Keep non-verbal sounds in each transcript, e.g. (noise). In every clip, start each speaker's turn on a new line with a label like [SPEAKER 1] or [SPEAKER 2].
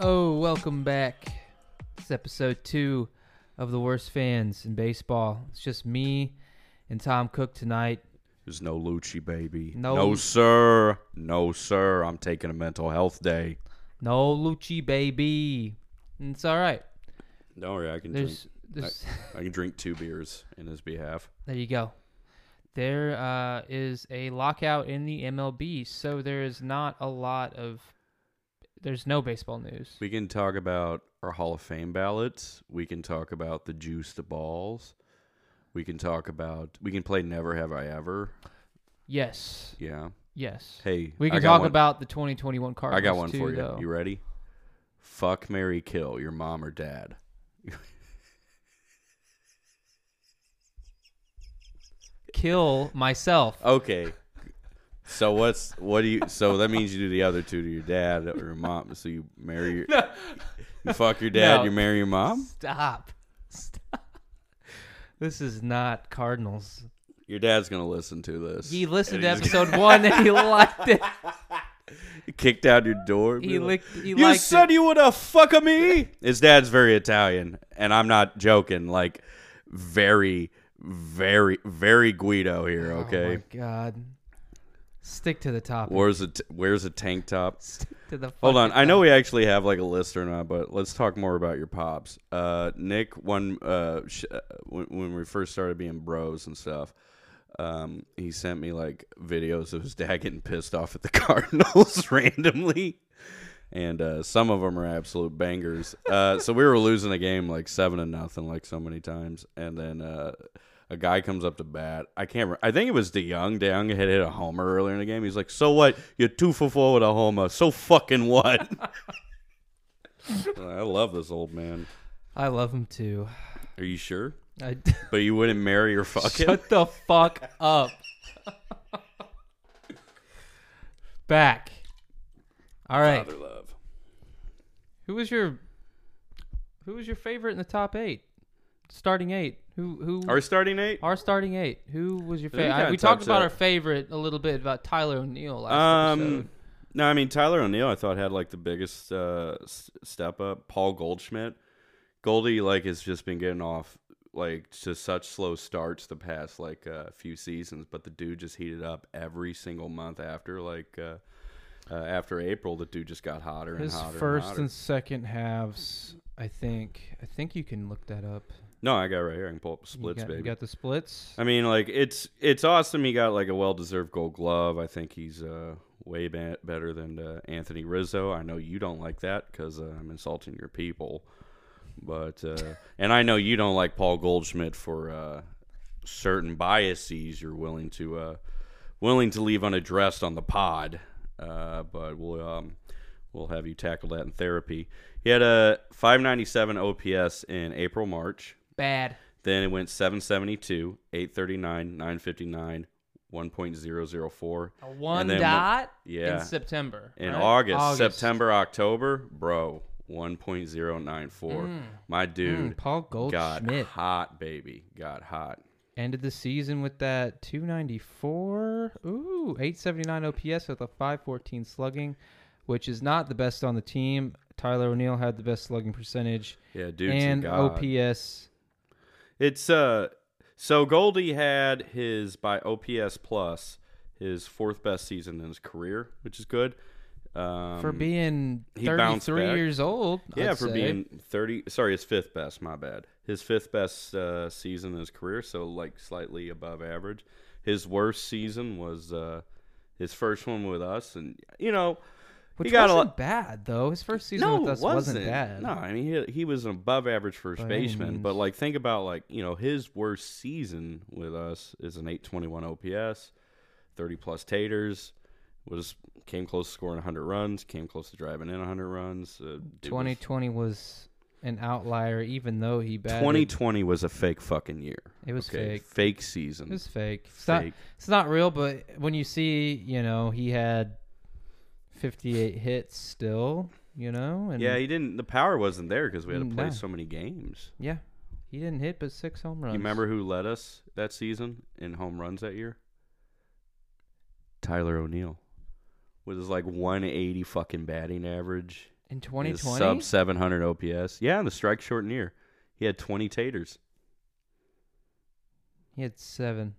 [SPEAKER 1] Oh, welcome back. It's episode two of the worst fans in baseball. It's just me and Tom Cook tonight.
[SPEAKER 2] There's no Lucci, baby.
[SPEAKER 1] No.
[SPEAKER 2] no, sir. No, sir. I'm taking a mental health day.
[SPEAKER 1] No Lucci, baby. And It's all right.
[SPEAKER 2] Don't worry, I can
[SPEAKER 1] There's, there's
[SPEAKER 2] drink. I can drink two beers in his behalf.
[SPEAKER 1] (laughs) there you go. There uh, is a lockout in the MLB, so there is not a lot of. There's no baseball news.
[SPEAKER 2] We can talk about our Hall of Fame ballots. We can talk about the juice to balls. We can talk about. We can play Never Have I Ever.
[SPEAKER 1] Yes,
[SPEAKER 2] Yeah.
[SPEAKER 1] yes.
[SPEAKER 2] Hey,
[SPEAKER 1] we
[SPEAKER 2] I
[SPEAKER 1] can
[SPEAKER 2] got
[SPEAKER 1] talk
[SPEAKER 2] one-
[SPEAKER 1] about the 2021 Cardinals
[SPEAKER 2] I got one
[SPEAKER 1] too,
[SPEAKER 2] for you.
[SPEAKER 1] though.
[SPEAKER 2] You ready? Fuck Mary Kill your mom or dad.
[SPEAKER 1] Kill myself.
[SPEAKER 2] Okay. So what's what do you? So that means you do the other two to your dad or your mom. So you marry your, you fuck your dad,
[SPEAKER 1] No.
[SPEAKER 2] you marry your mom.
[SPEAKER 1] Stop. Stop. This is not Cardinals.
[SPEAKER 2] Your dad's gonna listen to this.
[SPEAKER 1] He listened to episode one
[SPEAKER 2] (laughs)
[SPEAKER 1] and he liked it.
[SPEAKER 2] Kick down your door.
[SPEAKER 1] He licked. He
[SPEAKER 2] you
[SPEAKER 1] liked
[SPEAKER 2] said
[SPEAKER 1] it.
[SPEAKER 2] you would have fuck a me. His dad's very Italian, and I'm not joking. Like very, very, very Guido here. Okay.
[SPEAKER 1] Oh my god. Stick to the topic.
[SPEAKER 2] Where's a t- where's a tank top?
[SPEAKER 1] Stick to the.
[SPEAKER 2] Hold on.
[SPEAKER 1] fucking
[SPEAKER 2] I know we actually have like a list or not, but let's talk more about your pops. Uh, Nick, one uh, sh- uh, when, when we first started being bros and stuff, um, he sent me like videos of his dad getting pissed off at the (laughs) Cardinals randomly, and uh, some of them are absolute bangers. Uh, so we were losing a game like seven to nothing, like so many times, and then. Uh, a guy comes up to bat. I can't. Remember. I think it was DeYoung. DeYoung had hit a homer earlier in the game. He's like, "So what? You're two for four with a homer. So fucking what?" I love this old man.
[SPEAKER 1] I love him too.
[SPEAKER 2] Are you sure?
[SPEAKER 1] I,
[SPEAKER 2] (laughs) But you wouldn't marry or fuck him.
[SPEAKER 1] shut the fuck up. Back. All right.
[SPEAKER 2] Father love.
[SPEAKER 1] Who was your? Who was your favorite in the top eight? Starting eight. Who? Who?
[SPEAKER 2] Are we starting eight?
[SPEAKER 1] Our starting eight. Who was your
[SPEAKER 2] I think
[SPEAKER 1] favorite?
[SPEAKER 2] I
[SPEAKER 1] We talked
[SPEAKER 2] touched
[SPEAKER 1] about
[SPEAKER 2] that.
[SPEAKER 1] our favorite a little bit about Tyler O'Neill last episode.
[SPEAKER 2] Um, no, I mean Tyler O'Neill. I thought had like the biggest uh, s- step up. Paul Goldschmidt, Goldie like has just been getting off like to such slow starts the past like uh, few seasons, but the dude just heated up every single month after like uh, uh, after April. The dude just got hotter
[SPEAKER 1] His
[SPEAKER 2] and hotter.
[SPEAKER 1] first
[SPEAKER 2] and
[SPEAKER 1] and,
[SPEAKER 2] hotter.
[SPEAKER 1] second halves, I think. I think you can look that up.
[SPEAKER 2] no, I got it right here. I can pull up
[SPEAKER 1] You
[SPEAKER 2] splits,
[SPEAKER 1] got- you
[SPEAKER 2] baby. Uh,
[SPEAKER 1] got the splits.
[SPEAKER 2] I mean, like it's it's awesome. He got like a well deserved Gold Glove. I think he's uh, way ba- better than uh, Anthony Rizzo. I know you don't like that because uh, I'm insulting your people, but uh, and I know you don't like Paul Goldschmidt for uh, certain biases you're willing to uh, willing to leave unaddressed on the pod. Uh, but we'll um, we'll have you tackle that in therapy. He had a 597 OPS in April March.
[SPEAKER 1] Bad.
[SPEAKER 2] Then it went 772, 839, 959, 1.004.
[SPEAKER 1] A one
[SPEAKER 2] And then-
[SPEAKER 1] dot
[SPEAKER 2] Yeah.
[SPEAKER 1] in September.
[SPEAKER 2] In
[SPEAKER 1] right?
[SPEAKER 2] August, September, October, bro, 1.094.
[SPEAKER 1] Hmm.
[SPEAKER 2] My dude
[SPEAKER 1] Mm, Paul
[SPEAKER 2] got
[SPEAKER 1] Goldschmidt
[SPEAKER 2] hot, baby. Got hot.
[SPEAKER 1] ended the season with that 294. Ooh, 879 OPS with a 514 slugging, which is not the best on the team. Tyler O'Neill had the best slugging percentage.
[SPEAKER 2] Yeah, dude's a
[SPEAKER 1] and
[SPEAKER 2] god.
[SPEAKER 1] OPS.
[SPEAKER 2] It's uh so Goldie had his by OPS plus his fourth best season in his career, which is good. Um,
[SPEAKER 1] for being
[SPEAKER 2] he bounced
[SPEAKER 1] 33
[SPEAKER 2] back.
[SPEAKER 1] years old.
[SPEAKER 2] Yeah,
[SPEAKER 1] I'd
[SPEAKER 2] for
[SPEAKER 1] say.
[SPEAKER 2] being 30. Sorry, his fifth best. My bad. His fifth best uh, season in his career, so like slightly above average. His worst season was uh, his first one with us, and you know,
[SPEAKER 1] which
[SPEAKER 2] he got a
[SPEAKER 1] wasn't
[SPEAKER 2] lot.
[SPEAKER 1] bad though. His first season
[SPEAKER 2] No,
[SPEAKER 1] with us
[SPEAKER 2] it wasn't.
[SPEAKER 1] bad.
[SPEAKER 2] No, I mean he, he was an above average first
[SPEAKER 1] By any
[SPEAKER 2] baseman,
[SPEAKER 1] means.
[SPEAKER 2] but like think about like you know his worst season with us is an 821 OPS, 30 plus taters. Was came close to scoring 100 runs, came close to driving in 100 runs. Uh, dude was
[SPEAKER 1] 2020 was an outlier, even though he batted.
[SPEAKER 2] 2020 was a fake fucking year.
[SPEAKER 1] It was fake.
[SPEAKER 2] Fake
[SPEAKER 1] It
[SPEAKER 2] season.
[SPEAKER 1] was fake. It's not.
[SPEAKER 2] fake.
[SPEAKER 1] It's not real. But when you see, you know, he had 58 hits still. You know, and
[SPEAKER 2] yeah, he didn't. The power wasn't there because we had to play
[SPEAKER 1] No.
[SPEAKER 2] so many games.
[SPEAKER 1] yeah, he didn't hit but six home runs.
[SPEAKER 2] You remember who led us that season in home runs that year? Tyler O'Neill, with his like 180 fucking batting average
[SPEAKER 1] in
[SPEAKER 2] His
[SPEAKER 1] 2020.
[SPEAKER 2] Sub 700 OPS. Yeah, in the strike shortened year. He had 20 taters.
[SPEAKER 1] He had seven.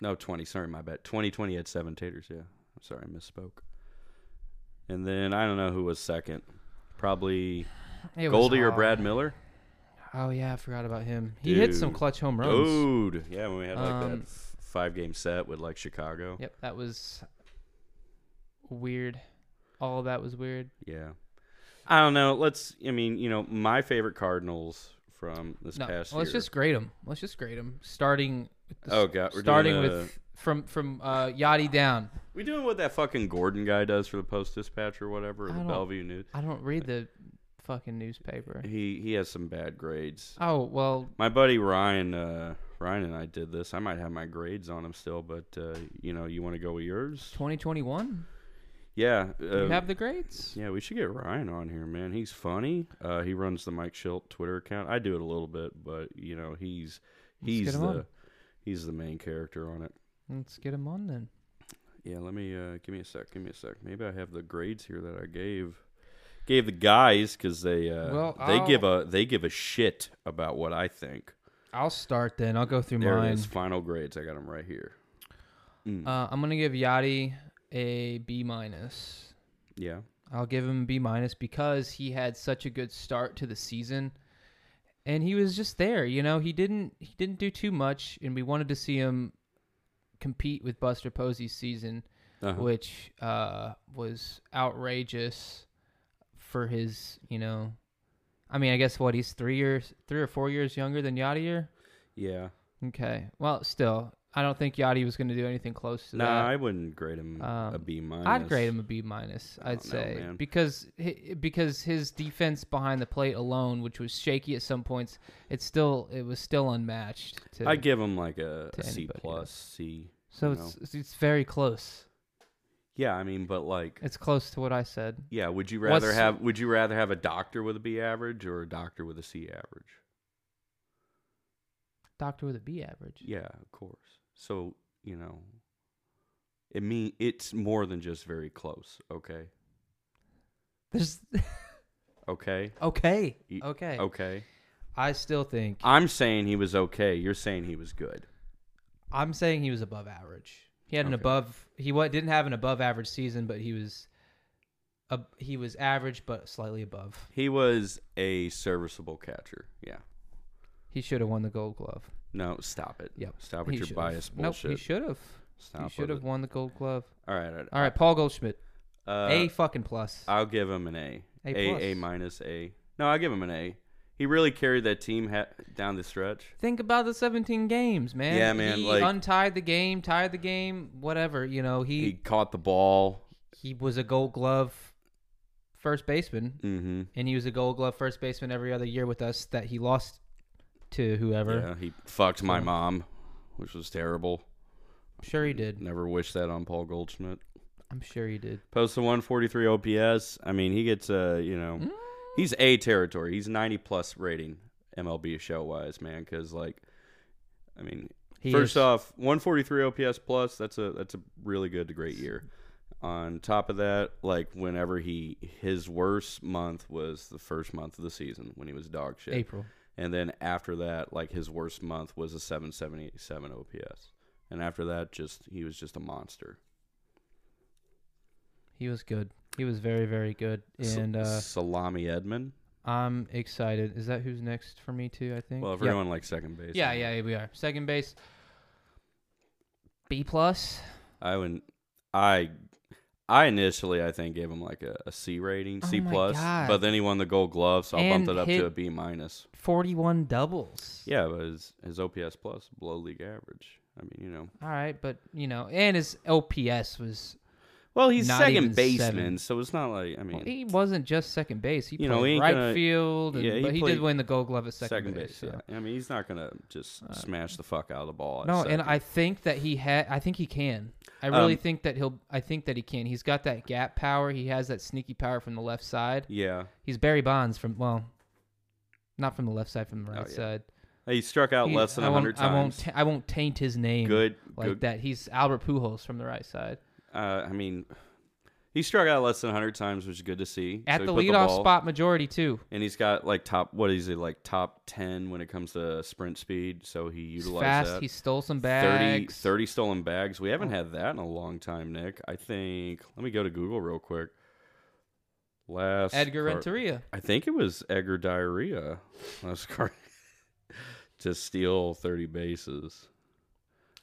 [SPEAKER 2] No, 20. Sorry, my bad. 2020 had seven taters. Yeah. I'm sorry, I misspoke. And then I don't know who was second. Probably
[SPEAKER 1] It was
[SPEAKER 2] Goldie or
[SPEAKER 1] hard.
[SPEAKER 2] Brad Miller.
[SPEAKER 1] Oh yeah, I forgot about him. He hit some
[SPEAKER 2] Dude.
[SPEAKER 1] clutch home runs.
[SPEAKER 2] Dude. Yeah, when we had like that
[SPEAKER 1] Um,
[SPEAKER 2] f- five game set with like Chicago.
[SPEAKER 1] Yep, that was weird. All that was weird.
[SPEAKER 2] Yeah. I don't know. Let's, I mean, you know, my favorite Cardinals from this
[SPEAKER 1] No,
[SPEAKER 2] past
[SPEAKER 1] let's
[SPEAKER 2] year.
[SPEAKER 1] just grade them. Let's just grade them. Starting. With the,
[SPEAKER 2] Oh, God, we're doing
[SPEAKER 1] starting
[SPEAKER 2] a-
[SPEAKER 1] with from from uh, Yachty down.
[SPEAKER 2] We doing what that fucking Gordon guy does for the Post Dispatch or whatever, or
[SPEAKER 1] I
[SPEAKER 2] the
[SPEAKER 1] don't-
[SPEAKER 2] Bellevue News.
[SPEAKER 1] I don't read the fucking newspaper.
[SPEAKER 2] He he has some bad grades.
[SPEAKER 1] Oh well,
[SPEAKER 2] My buddy Ryan, uh, Ryan and I did this. I might have my grades on him still, but uh, you know, you want to go with yours?
[SPEAKER 1] 2021.
[SPEAKER 2] Yeah. Uh,
[SPEAKER 1] you have the grades.
[SPEAKER 2] yeah, we should get Ryan on here, man. He's funny. Uh, he runs the Mike Schilt Twitter account. I do it a little bit, but you know, he's
[SPEAKER 1] Let's get
[SPEAKER 2] he's
[SPEAKER 1] him
[SPEAKER 2] the
[SPEAKER 1] on.
[SPEAKER 2] he's the main character on it.
[SPEAKER 1] Let's get them on then.
[SPEAKER 2] Yeah, let me uh, give me a sec. Give me a sec. Maybe I have the grades here that I gave gave the guys because they uh,
[SPEAKER 1] Well,
[SPEAKER 2] they give a they give a shit about what I think.
[SPEAKER 1] I'll start then. I'll go through
[SPEAKER 2] There it
[SPEAKER 1] mine.
[SPEAKER 2] is. Final grades. I got them right here. Mm,
[SPEAKER 1] Uh, I'm gonna give Yachty a B minus.
[SPEAKER 2] yeah.
[SPEAKER 1] I'll give him a B minus because he had such a good start to the season, and he was just there. You know, he didn't he didn't do too much, and we wanted to see him compete with Buster Posey's season,
[SPEAKER 2] Uh-huh.
[SPEAKER 1] which uh, was outrageous for his. You know, I mean, I guess what he's three years, three or four years younger than Yachty.
[SPEAKER 2] Yeah.
[SPEAKER 1] Okay, well, still, I don't think Yachty was going to do anything close to
[SPEAKER 2] Nah,
[SPEAKER 1] that.
[SPEAKER 2] I wouldn't grade him a
[SPEAKER 1] Um,
[SPEAKER 2] B minus.
[SPEAKER 1] I'd grade him a B minus.
[SPEAKER 2] I
[SPEAKER 1] I'd
[SPEAKER 2] don't know,
[SPEAKER 1] say
[SPEAKER 2] man.
[SPEAKER 1] because hi- because his defense behind the plate alone, which was shaky at some points, it's still it was still unmatched. To,
[SPEAKER 2] I'd give him like a,
[SPEAKER 1] to
[SPEAKER 2] a C
[SPEAKER 1] anybody,
[SPEAKER 2] plus C.
[SPEAKER 1] so
[SPEAKER 2] you
[SPEAKER 1] it's it's- it's very close.
[SPEAKER 2] Yeah, I mean, but like,
[SPEAKER 1] It's close to what I said.
[SPEAKER 2] yeah. Would you
[SPEAKER 1] What's-
[SPEAKER 2] rather have Would you rather have a doctor with a B average or a doctor with a C average?
[SPEAKER 1] Doctor with a B average.
[SPEAKER 2] Yeah, of course. So, you know, it mean it's more than just very close, okay?
[SPEAKER 1] There's (laughs)
[SPEAKER 2] Okay.
[SPEAKER 1] okay,
[SPEAKER 2] Y-
[SPEAKER 1] okay.
[SPEAKER 2] Okay.
[SPEAKER 1] I still think
[SPEAKER 2] I'm saying he was okay. You're saying he was good.
[SPEAKER 1] I'm saying he was above average. He had an
[SPEAKER 2] Okay.
[SPEAKER 1] above. He what didn't have an above average season, but he was. A, he was average, but slightly above.
[SPEAKER 2] He was a serviceable catcher. Yeah.
[SPEAKER 1] He should have won the Gold Glove.
[SPEAKER 2] No, stop it.
[SPEAKER 1] Yep.
[SPEAKER 2] Stop with
[SPEAKER 1] He
[SPEAKER 2] your
[SPEAKER 1] should've.
[SPEAKER 2] bias bullshit.
[SPEAKER 1] Nope, he should have.
[SPEAKER 2] stop
[SPEAKER 1] he
[SPEAKER 2] with
[SPEAKER 1] should have
[SPEAKER 2] it.
[SPEAKER 1] won the Gold Glove.
[SPEAKER 2] All right. All right.
[SPEAKER 1] All right, Paul Goldschmidt,
[SPEAKER 2] Uh,
[SPEAKER 1] a fucking plus.
[SPEAKER 2] I'll give him an A.
[SPEAKER 1] A plus.
[SPEAKER 2] A, a minus A. No, I'll give him an A. He really carried that team ha- down the stretch.
[SPEAKER 1] Think about the 17 games, man.
[SPEAKER 2] Yeah, man,
[SPEAKER 1] He
[SPEAKER 2] like-
[SPEAKER 1] untied the game, tied the game, whatever. You know,
[SPEAKER 2] He
[SPEAKER 1] he
[SPEAKER 2] caught the ball.
[SPEAKER 1] he was a Gold Glove first baseman,
[SPEAKER 2] Mm-hmm.
[SPEAKER 1] and he was a Gold Glove first baseman every other year with us that he lost to whoever.
[SPEAKER 2] Yeah, he fucked my
[SPEAKER 1] So-
[SPEAKER 2] mom, which was terrible.
[SPEAKER 1] I'm sure he did.
[SPEAKER 2] Never wish that on Paul Goldschmidt.
[SPEAKER 1] I'm sure he did.
[SPEAKER 2] Post a 143 OPS. I mean, he gets uh, you know,
[SPEAKER 1] Mm.
[SPEAKER 2] he's A territory. He's 90 plus rating MLB show wise, man. Because like, I mean,
[SPEAKER 1] He
[SPEAKER 2] first
[SPEAKER 1] is-
[SPEAKER 2] off, 143 OPS plus. That's a that's a really good to great year. On top of that, like whenever he his worst month was the first month of the season when he was dog shit.
[SPEAKER 1] April.
[SPEAKER 2] And then after that, like his worst month was a 777 OPS. And after that, just he was just a monster.
[SPEAKER 1] He was good. He was very, very good.
[SPEAKER 2] S-
[SPEAKER 1] And uh,
[SPEAKER 2] Salami Edmond.
[SPEAKER 1] I'm excited. Is that who's next for me, too? I think.
[SPEAKER 2] Well,
[SPEAKER 1] Yeah.
[SPEAKER 2] everyone likes second base.
[SPEAKER 1] Yeah, yeah, we are. Second base, B plus.
[SPEAKER 2] I would. I. I initially, I think, gave him like a, a C rating,
[SPEAKER 1] Oh
[SPEAKER 2] C
[SPEAKER 1] my
[SPEAKER 2] plus.
[SPEAKER 1] God.
[SPEAKER 2] But then he won the Gold Glove, so I
[SPEAKER 1] And
[SPEAKER 2] bumped it up
[SPEAKER 1] hit-
[SPEAKER 2] to a B minus.
[SPEAKER 1] Forty-one doubles.
[SPEAKER 2] Yeah, but his, his OPS plus below league average. I mean, you know.
[SPEAKER 1] All right, but you know, and his OPS was
[SPEAKER 2] Well, he's
[SPEAKER 1] Not even
[SPEAKER 2] second baseman,
[SPEAKER 1] seven.
[SPEAKER 2] so it's not like I mean
[SPEAKER 1] well, he wasn't just second base. He
[SPEAKER 2] You
[SPEAKER 1] played
[SPEAKER 2] know, he ain't
[SPEAKER 1] right
[SPEAKER 2] gonna-
[SPEAKER 1] field, and,
[SPEAKER 2] yeah, he
[SPEAKER 1] but he
[SPEAKER 2] played
[SPEAKER 1] did win the Gold Glove at
[SPEAKER 2] second,
[SPEAKER 1] second, base. so.
[SPEAKER 2] Yeah, I mean, he's not gonna just smash the fuck out of the ball. at
[SPEAKER 1] No, and
[SPEAKER 2] second.
[SPEAKER 1] I think that he had. I think he can. I really
[SPEAKER 2] Um,
[SPEAKER 1] think that he'll. I think that he can. He's got that gap power. He has that sneaky power from the left side.
[SPEAKER 2] Yeah,
[SPEAKER 1] He's Barry Bonds from well, not from the left side, from the right
[SPEAKER 2] Oh, yeah.
[SPEAKER 1] side.
[SPEAKER 2] he struck out
[SPEAKER 1] He-
[SPEAKER 2] less than
[SPEAKER 1] I won't-
[SPEAKER 2] hundred
[SPEAKER 1] I won't.
[SPEAKER 2] times.
[SPEAKER 1] ta- I won't taint his name.
[SPEAKER 2] good,
[SPEAKER 1] like
[SPEAKER 2] good.
[SPEAKER 1] that. He's Albert Pujols from the right side.
[SPEAKER 2] Uh, I mean, He struck out less than 100 times, which is good to see.
[SPEAKER 1] At
[SPEAKER 2] So he
[SPEAKER 1] the
[SPEAKER 2] put
[SPEAKER 1] leadoff
[SPEAKER 2] ball-
[SPEAKER 1] spot majority too.
[SPEAKER 2] and he's got like top. What is he like top 10 when it comes to sprint speed? So he
[SPEAKER 1] He's
[SPEAKER 2] utilized
[SPEAKER 1] fast.
[SPEAKER 2] that.
[SPEAKER 1] He stole some
[SPEAKER 2] 30,
[SPEAKER 1] bags. Oh.
[SPEAKER 2] 30 stolen bags. We haven't had that in a long time, Nick. I think. Let me go to Google real quick. Last
[SPEAKER 1] Edgar
[SPEAKER 2] car-
[SPEAKER 1] Renteria.
[SPEAKER 2] I think it was Edgar Diarrhea last (laughs) car to steal 30 bases.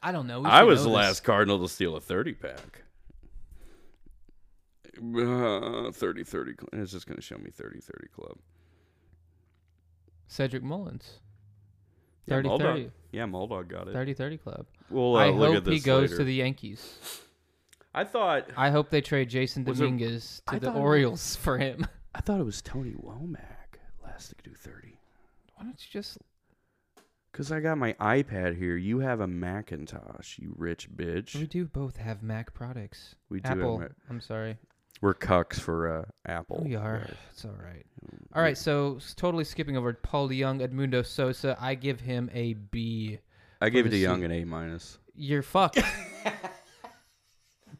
[SPEAKER 1] I don't know. We
[SPEAKER 2] I
[SPEAKER 1] should
[SPEAKER 2] was
[SPEAKER 1] know
[SPEAKER 2] the
[SPEAKER 1] this.
[SPEAKER 2] last Cardinal to steal a 30 pack. Uh, 30 30. cl- It's just going to show me 30 30 club.
[SPEAKER 1] Cedric Mullins.
[SPEAKER 2] Yeah,
[SPEAKER 1] 30
[SPEAKER 2] Muldog-
[SPEAKER 1] 30,
[SPEAKER 2] Yeah, Muldog got it.
[SPEAKER 1] 30 30 club.
[SPEAKER 2] We'll uh,
[SPEAKER 1] I
[SPEAKER 2] look
[SPEAKER 1] hope
[SPEAKER 2] at this
[SPEAKER 1] he goes
[SPEAKER 2] later.
[SPEAKER 1] to the Yankees.
[SPEAKER 2] I thought
[SPEAKER 1] I hope they trade Jason
[SPEAKER 2] Was there-
[SPEAKER 1] Dominguez
[SPEAKER 2] I
[SPEAKER 1] to the
[SPEAKER 2] thought it was-
[SPEAKER 1] Orioles for him. (laughs)
[SPEAKER 2] I thought it was Tony Womack last to do 30.
[SPEAKER 1] Why don't you just
[SPEAKER 2] Cuz I got my iPad here. You have a Macintosh, you rich bitch.
[SPEAKER 1] We do both have Mac products.
[SPEAKER 2] We do have
[SPEAKER 1] Apple.
[SPEAKER 2] Mac-
[SPEAKER 1] I'm sorry.
[SPEAKER 2] We're cucks for uh, Apple.
[SPEAKER 1] We are. It's all right. All right. So s- totally skipping over Paul DeYoung, Edmundo Sosa. I give him a B.
[SPEAKER 2] I gave it to
[SPEAKER 1] the
[SPEAKER 2] Young an A minus.
[SPEAKER 1] You're (laughs) fucked.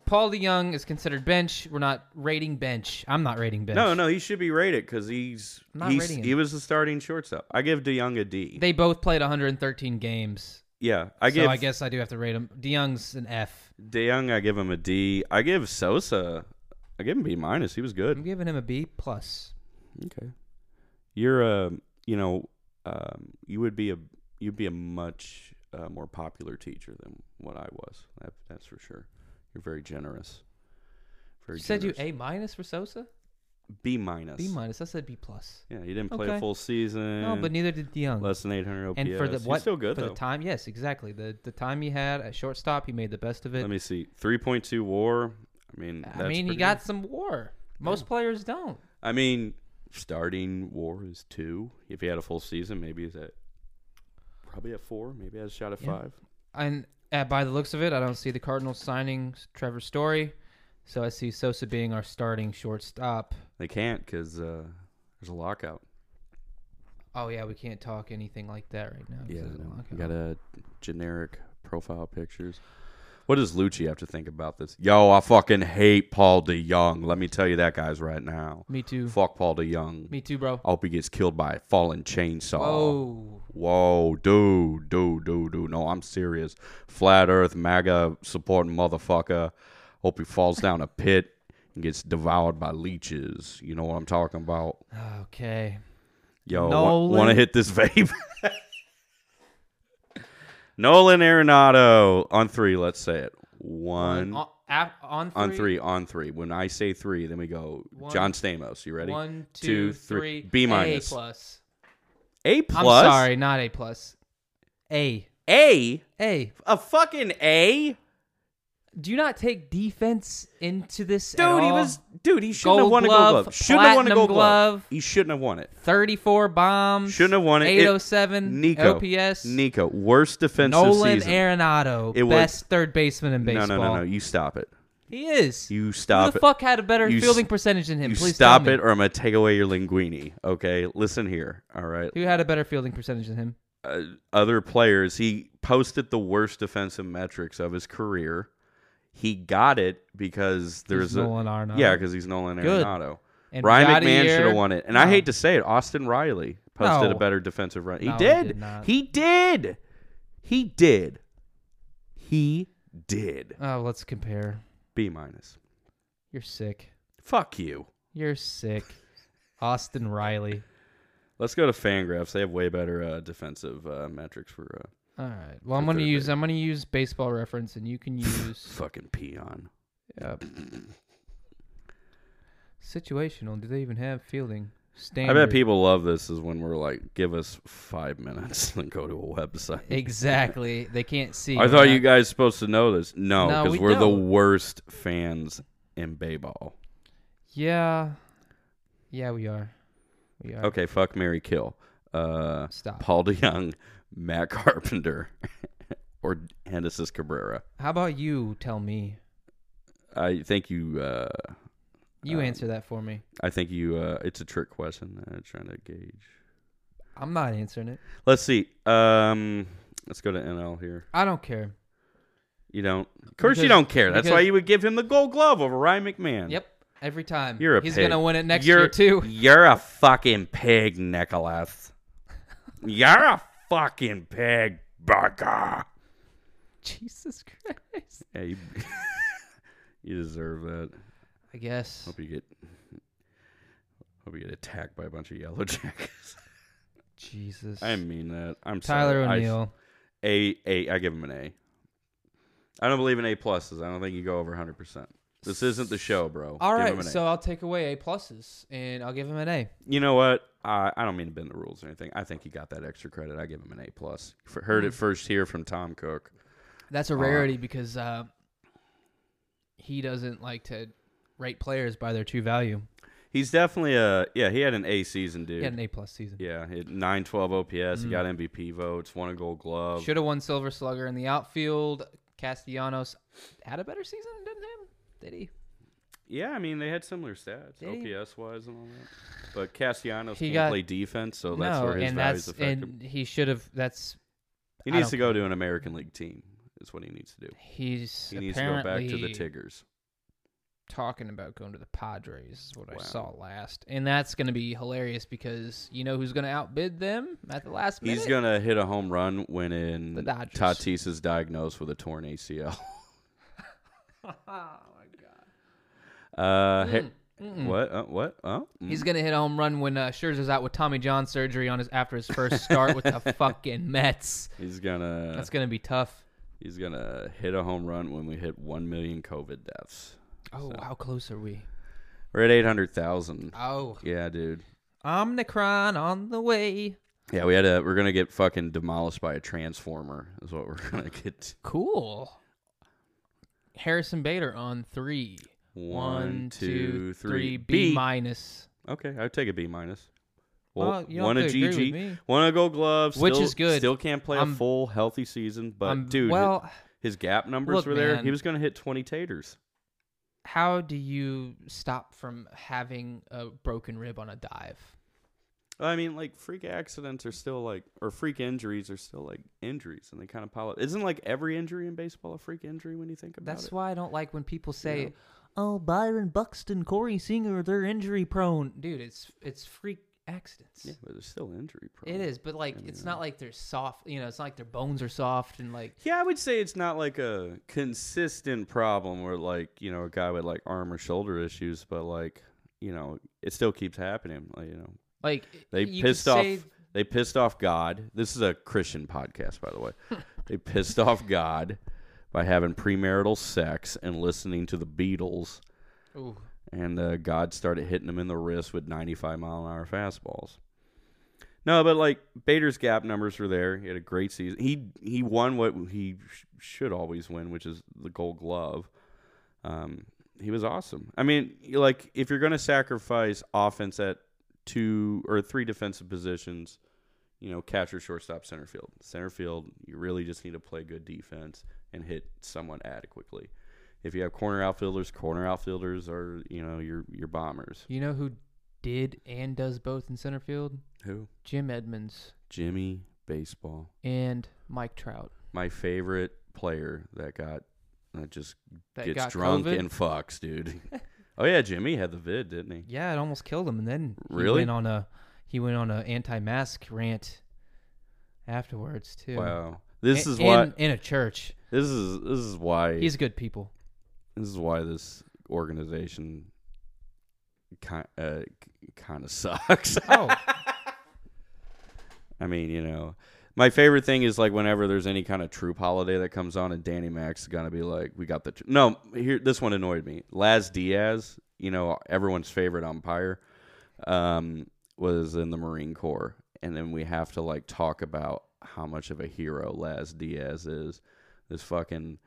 [SPEAKER 1] Paul DeYoung is considered bench. We're not rating bench. I'm not rating bench.
[SPEAKER 2] No, no, he should be rated because he's,
[SPEAKER 1] I'm not
[SPEAKER 2] he's
[SPEAKER 1] rating him.
[SPEAKER 2] he was the starting shortstop. I give DeYoung a D.
[SPEAKER 1] They both played 113 games.
[SPEAKER 2] yeah, I
[SPEAKER 1] so
[SPEAKER 2] give
[SPEAKER 1] I guess I do have to rate him. DeYoung's an F.
[SPEAKER 2] DeYoung. I give him a D. I give Sosa. I give him B minus. He was
[SPEAKER 1] I'm
[SPEAKER 2] good.
[SPEAKER 1] giving him a B plus.
[SPEAKER 2] Okay, you're a you know um, you would be a you'd be a much uh, more popular teacher than what I was. That, that's for sure. You're very generous.
[SPEAKER 1] You
[SPEAKER 2] Very
[SPEAKER 1] said you
[SPEAKER 2] generous.
[SPEAKER 1] A minus for Sosa.
[SPEAKER 2] B minus.
[SPEAKER 1] B minus. I said B plus.
[SPEAKER 2] Yeah, he didn't play
[SPEAKER 1] Okay.
[SPEAKER 2] a full season.
[SPEAKER 1] No, but neither did DeYoung.
[SPEAKER 2] Eh. less than 800 OPS.
[SPEAKER 1] And for the
[SPEAKER 2] He's
[SPEAKER 1] what
[SPEAKER 2] still good
[SPEAKER 1] for
[SPEAKER 2] though.
[SPEAKER 1] the time, yes, exactly. The the time he had at shortstop, he made the best of it.
[SPEAKER 2] Let me see. 3.2 WAR. I mean, that's
[SPEAKER 1] I mean, he
[SPEAKER 2] pretty
[SPEAKER 1] got some war. Most players don't.
[SPEAKER 2] I mean, starting WAR is two. If he had a full season, maybe he's at probably at four. Maybe has a shot at
[SPEAKER 1] Yeah.
[SPEAKER 2] five.
[SPEAKER 1] And uh, by the looks of it, I don't see the Cardinals signing Trevor Story, so I see Sosa being our starting shortstop.
[SPEAKER 2] They can't because uh, there's a lockout.
[SPEAKER 1] Oh yeah, we can't talk anything like that right now. 'cause of the lockout.
[SPEAKER 2] you got a generic profile pictures. What does Lucci have to think about this? Yo, I fucking hate Paul DeYoung. Let me tell you that, guys, right now.
[SPEAKER 1] Me too.
[SPEAKER 2] Fuck Paul DeYoung.
[SPEAKER 1] Me too, bro.
[SPEAKER 2] I hope he gets killed by a falling chainsaw.
[SPEAKER 1] Oh,
[SPEAKER 2] Whoa, dude, dude, dude, dude. No, I'm serious. Flat Earth MAGA supporting motherfucker. Hope he falls down a pit and gets devoured by leeches. You know what I'm talking about?
[SPEAKER 1] okay.
[SPEAKER 2] Yo,
[SPEAKER 1] Nolan.
[SPEAKER 2] want to hit this vape? (laughs) Nolan Arenado on three. Let's say it. One
[SPEAKER 1] on, ap- on three.
[SPEAKER 2] on three on three. When I say three, then we go.
[SPEAKER 1] One.
[SPEAKER 2] John Stamos. You ready?
[SPEAKER 1] One,
[SPEAKER 2] Two,
[SPEAKER 1] two, three.
[SPEAKER 2] three. B minus.
[SPEAKER 1] A plus.
[SPEAKER 2] A
[SPEAKER 1] I'm
[SPEAKER 2] plus.
[SPEAKER 1] sorry, not A plus. A.
[SPEAKER 2] A
[SPEAKER 1] A.
[SPEAKER 2] a fucking A.
[SPEAKER 1] Do you not take defense into this? at
[SPEAKER 2] Dude, he
[SPEAKER 1] all?
[SPEAKER 2] was dude. He shouldn't have
[SPEAKER 1] Gold
[SPEAKER 2] won a
[SPEAKER 1] glove,
[SPEAKER 2] gold glove. Shouldn't have won a
[SPEAKER 1] platinum
[SPEAKER 2] gold glove.
[SPEAKER 1] glove.
[SPEAKER 2] He shouldn't have won it.
[SPEAKER 1] 34 bombs.
[SPEAKER 2] Shouldn't have won it. It-
[SPEAKER 1] 807
[SPEAKER 2] Nico,
[SPEAKER 1] OPS.
[SPEAKER 2] Nico, worst defensive
[SPEAKER 1] Nolan
[SPEAKER 2] season.
[SPEAKER 1] Arenado,
[SPEAKER 2] It was-
[SPEAKER 1] best third baseman in
[SPEAKER 2] no,
[SPEAKER 1] baseball.
[SPEAKER 2] no, no, no. You stop it.
[SPEAKER 1] He is.
[SPEAKER 2] You
[SPEAKER 1] Who
[SPEAKER 2] stop
[SPEAKER 1] the
[SPEAKER 2] it.
[SPEAKER 1] fuck had a better
[SPEAKER 2] You s-
[SPEAKER 1] fielding percentage than him?
[SPEAKER 2] You
[SPEAKER 1] Please
[SPEAKER 2] stop
[SPEAKER 1] tell me.
[SPEAKER 2] it, or I'm gonna take away your linguini. Okay, listen here. All right,
[SPEAKER 1] Who had a better fielding percentage than him?
[SPEAKER 2] uh, other players. He posted the worst defensive metrics of his career. He got it because there's
[SPEAKER 1] He's
[SPEAKER 2] a
[SPEAKER 1] Nolan Arenado.
[SPEAKER 2] yeah, because he's Nolan
[SPEAKER 1] Good.
[SPEAKER 2] Arenado.
[SPEAKER 1] And
[SPEAKER 2] Ryan
[SPEAKER 1] Yadier-
[SPEAKER 2] McMahon should have won it, and I
[SPEAKER 1] No.
[SPEAKER 2] hate to say it. Austin Riley posted a
[SPEAKER 1] No.
[SPEAKER 2] better defensive run. He
[SPEAKER 1] No, he
[SPEAKER 2] did.
[SPEAKER 1] did not.
[SPEAKER 2] He did. He did. He did.
[SPEAKER 1] Oh, let's compare.
[SPEAKER 2] B minus.
[SPEAKER 1] You're sick.
[SPEAKER 2] Fuck you.
[SPEAKER 1] You're
[SPEAKER 2] (laughs)
[SPEAKER 1] sick. Austin Riley.
[SPEAKER 2] Let's go to Fangraphs. They have way better uh, defensive uh, metrics for uh,
[SPEAKER 1] All right. Well, I'm
[SPEAKER 2] For
[SPEAKER 1] gonna
[SPEAKER 2] third
[SPEAKER 1] use
[SPEAKER 2] base.
[SPEAKER 1] I'm gonna use baseball reference, and you
[SPEAKER 2] (laughs)
[SPEAKER 1] can use
[SPEAKER 2] fucking peon.
[SPEAKER 1] uh, situational. Do they even have fielding?
[SPEAKER 2] I
[SPEAKER 1] Standard.
[SPEAKER 2] bet people love this is when we're like, give us five minutes (laughs) and go to a website.
[SPEAKER 1] Exactly. They can't see.
[SPEAKER 2] I
[SPEAKER 1] We're
[SPEAKER 2] thought you
[SPEAKER 1] not-
[SPEAKER 2] guys supposed to know this. No,
[SPEAKER 1] No,
[SPEAKER 2] because
[SPEAKER 1] we
[SPEAKER 2] we are the
[SPEAKER 1] don't.
[SPEAKER 2] worst fans in Bayball.
[SPEAKER 1] Yeah. Yeah, we are. We are.
[SPEAKER 2] Okay, fuck Mary Kill. Uh
[SPEAKER 1] Stop.
[SPEAKER 2] Paul DeYoung, Matt Carpenter, (laughs) or Hendesis Cabrera.
[SPEAKER 1] How about you tell me?
[SPEAKER 2] I think you uh
[SPEAKER 1] You
[SPEAKER 2] Um,
[SPEAKER 1] answer that for me.
[SPEAKER 2] I think you uh it's a trick question uh, trying to gauge.
[SPEAKER 1] I'm not answering it.
[SPEAKER 2] Let's see. Um let's go to NL here.
[SPEAKER 1] I don't care.
[SPEAKER 2] You don't Of course you
[SPEAKER 1] Because-
[SPEAKER 2] don't care. That's why
[SPEAKER 1] because-
[SPEAKER 2] you would give him the gold glove over Ryan McMahon.
[SPEAKER 1] Yep. Every time.
[SPEAKER 2] Um, You're a
[SPEAKER 1] He's
[SPEAKER 2] pig.
[SPEAKER 1] gonna win it next
[SPEAKER 2] you're,
[SPEAKER 1] year too.
[SPEAKER 2] (laughs)
[SPEAKER 1] (laughs)
[SPEAKER 2] You're a fucking pig, Nicholas. You're a fucking pig, Becca.
[SPEAKER 1] Jesus Christ.
[SPEAKER 2] Yeah, you, (laughs) you deserve that.
[SPEAKER 1] I guess.
[SPEAKER 2] Hope you get hope you get attacked by a bunch of yellow (laughs) jackets.
[SPEAKER 1] Jesus.
[SPEAKER 2] I mean that. I'm
[SPEAKER 1] Tyler
[SPEAKER 2] sorry. I-
[SPEAKER 1] O'Neill.
[SPEAKER 2] A A. I give him an A. I don't believe in A pluses. I don't think you go over 100. percent This isn't the show, bro.
[SPEAKER 1] All
[SPEAKER 2] Give him
[SPEAKER 1] right,
[SPEAKER 2] an A.
[SPEAKER 1] so I'll take away A pluses and I'll give him an A.
[SPEAKER 2] you know what? I I don't mean to bend the rules or anything. I think he got that extra credit. I give him an A plus. F- Heard
[SPEAKER 1] Mm.
[SPEAKER 2] it first here from Tom Cook.
[SPEAKER 1] That's a
[SPEAKER 2] Uh,
[SPEAKER 1] rarity because uh, he doesn't like to rate players by their true value.
[SPEAKER 2] He's definitely a yeah. He had an A season, dude.
[SPEAKER 1] He had an A plus season.
[SPEAKER 2] yeah, he had 912 OPS. He
[SPEAKER 1] Mm.
[SPEAKER 2] got MVP votes. Won a Gold Glove.
[SPEAKER 1] Should have won Silver Slugger in the outfield. Castellanos had a better season, didn't him? Did he?
[SPEAKER 2] Yeah, I mean they had similar stats,
[SPEAKER 1] Did he?
[SPEAKER 2] OPS wise and all that. But Castellanos
[SPEAKER 1] He
[SPEAKER 2] can't
[SPEAKER 1] got-
[SPEAKER 2] play defense, so that's
[SPEAKER 1] no,
[SPEAKER 2] where his
[SPEAKER 1] and
[SPEAKER 2] values
[SPEAKER 1] that's
[SPEAKER 2] affect him.
[SPEAKER 1] and he should have. That's
[SPEAKER 2] He
[SPEAKER 1] I
[SPEAKER 2] needs
[SPEAKER 1] don't
[SPEAKER 2] to go to an American League team. Is what he needs to do.
[SPEAKER 1] he's
[SPEAKER 2] He needs to go back
[SPEAKER 1] apparently
[SPEAKER 2] to the Tigers.
[SPEAKER 1] talking about going to the Padres. Is what
[SPEAKER 2] Wow.
[SPEAKER 1] I saw last, and that's going to be hilarious because you know who's going to outbid them at the last minute.
[SPEAKER 2] He's gonna hit a home run when in
[SPEAKER 1] The Dodgers.
[SPEAKER 2] Tatis is diagnosed with a torn ACL.
[SPEAKER 1] oh my god.
[SPEAKER 2] (laughs) Uh, he-
[SPEAKER 1] Mm-mm.
[SPEAKER 2] what? Uh, what? Oh, mm.
[SPEAKER 1] He's gonna hit a home run when uh, Scherzer's out with Tommy John surgery on his after his first start
[SPEAKER 2] (laughs)
[SPEAKER 1] with the fucking Mets.
[SPEAKER 2] he's gonna
[SPEAKER 1] That's gonna be tough.
[SPEAKER 2] he's gonna hit a home run when we hit one million COVID deaths.
[SPEAKER 1] Oh, how close are we?
[SPEAKER 2] We're at eight hundred thousand.
[SPEAKER 1] Oh,
[SPEAKER 2] Yeah, dude.
[SPEAKER 1] Omnicron on the way.
[SPEAKER 2] Yeah, we had a. We're gonna get fucking demolished by a transformer. Is what we're (laughs) gonna get.
[SPEAKER 1] Cool. Harrison Bader on three.
[SPEAKER 2] One, two, three.
[SPEAKER 1] B,
[SPEAKER 2] B.
[SPEAKER 1] minus.
[SPEAKER 2] Okay, I'd take a B minus.
[SPEAKER 1] Well,
[SPEAKER 2] Well,
[SPEAKER 1] you don't
[SPEAKER 2] one a
[SPEAKER 1] have to agree with
[SPEAKER 2] GG,
[SPEAKER 1] me.
[SPEAKER 2] one a Gold Glove,
[SPEAKER 1] Which
[SPEAKER 2] still-
[SPEAKER 1] is good.
[SPEAKER 2] Still can't play a
[SPEAKER 1] I'm-
[SPEAKER 2] full healthy season, but
[SPEAKER 1] Um,
[SPEAKER 2] dude,
[SPEAKER 1] well,
[SPEAKER 2] his gap numbers
[SPEAKER 1] look,
[SPEAKER 2] were there. He
[SPEAKER 1] man.
[SPEAKER 2] was going to hit twenty taters.
[SPEAKER 1] how do you stop from having a broken rib on a dive?
[SPEAKER 2] I mean, like freak accidents are still like, or freak injuries are still like injuries, and they kind of pile up. Isn't like every injury in baseball a freak injury when you think about
[SPEAKER 1] That's
[SPEAKER 2] it?
[SPEAKER 1] why I don't like when people say,
[SPEAKER 2] Yeah.
[SPEAKER 1] "Oh, Byron Buxton, Corey Singer, they're injury prone." Dude, it's it's freak accidents.
[SPEAKER 2] yeah, uh, but it's still injury. Prone.
[SPEAKER 1] It is, but like,
[SPEAKER 2] mean,
[SPEAKER 1] it's not like they're soft. You know, it's not like their bones are soft and like.
[SPEAKER 2] Yeah, I would say it's not like a consistent problem where like, you know, a guy with like arm or shoulder issues, but like, you know, it still keeps happening. Like, you know,
[SPEAKER 1] Like
[SPEAKER 2] They
[SPEAKER 1] you could
[SPEAKER 2] pissed off.
[SPEAKER 1] say-
[SPEAKER 2] They pissed off God. This is a Christian podcast, by
[SPEAKER 1] (laughs)
[SPEAKER 2] the way. they pissed off God by having premarital sex and listening to the Beatles,
[SPEAKER 1] Ooh,
[SPEAKER 2] and uh, God started hitting him in the wrist with 95 mile an hour fastballs. No, but like Bader's gap numbers were there. He had a great season. He he won what he sh- should always win, which is the Gold Glove. Um, he was awesome. I mean, you- like if you're going to sacrifice offense at two or three defensive positions, you know, catcher, shortstop, center field. Center field, you really just need to play good defense and hit someone adequately. If you have corner outfielders, corner outfielders are, you know, your your bombers.
[SPEAKER 1] you know who did and does both in center field?
[SPEAKER 2] Who?
[SPEAKER 1] Jim Edmonds
[SPEAKER 2] Jimmy baseball.
[SPEAKER 1] and Mike Trout.
[SPEAKER 2] My favorite player that got that just
[SPEAKER 1] That
[SPEAKER 2] gets
[SPEAKER 1] got
[SPEAKER 2] drunk
[SPEAKER 1] COVID.
[SPEAKER 2] and fucks, dude. (laughs) oh yeah, Jimmy had the vid, didn't he?
[SPEAKER 1] Yeah, it almost killed him, and then he
[SPEAKER 2] Really?
[SPEAKER 1] went on a he went on a anti-mask rant afterwards too.
[SPEAKER 2] Wow. This
[SPEAKER 1] In-
[SPEAKER 2] is why
[SPEAKER 1] in, in a church.
[SPEAKER 2] this is this is why
[SPEAKER 1] He's good
[SPEAKER 2] (laughs)
[SPEAKER 1] people.
[SPEAKER 2] this is why this organization kind uh, kind of (laughs) sucks.
[SPEAKER 1] Oh,
[SPEAKER 2] I mean, you know, my favorite thing is like whenever there's any kind of troop holiday that comes on, and Danny Max is gonna be like, "We got the tr-. no." Here, this one annoyed me. Laz Diaz, you know, everyone's favorite umpire, um, was in the Marine Corps, and then we have to like talk about how much of a hero Laz Diaz is. This fucking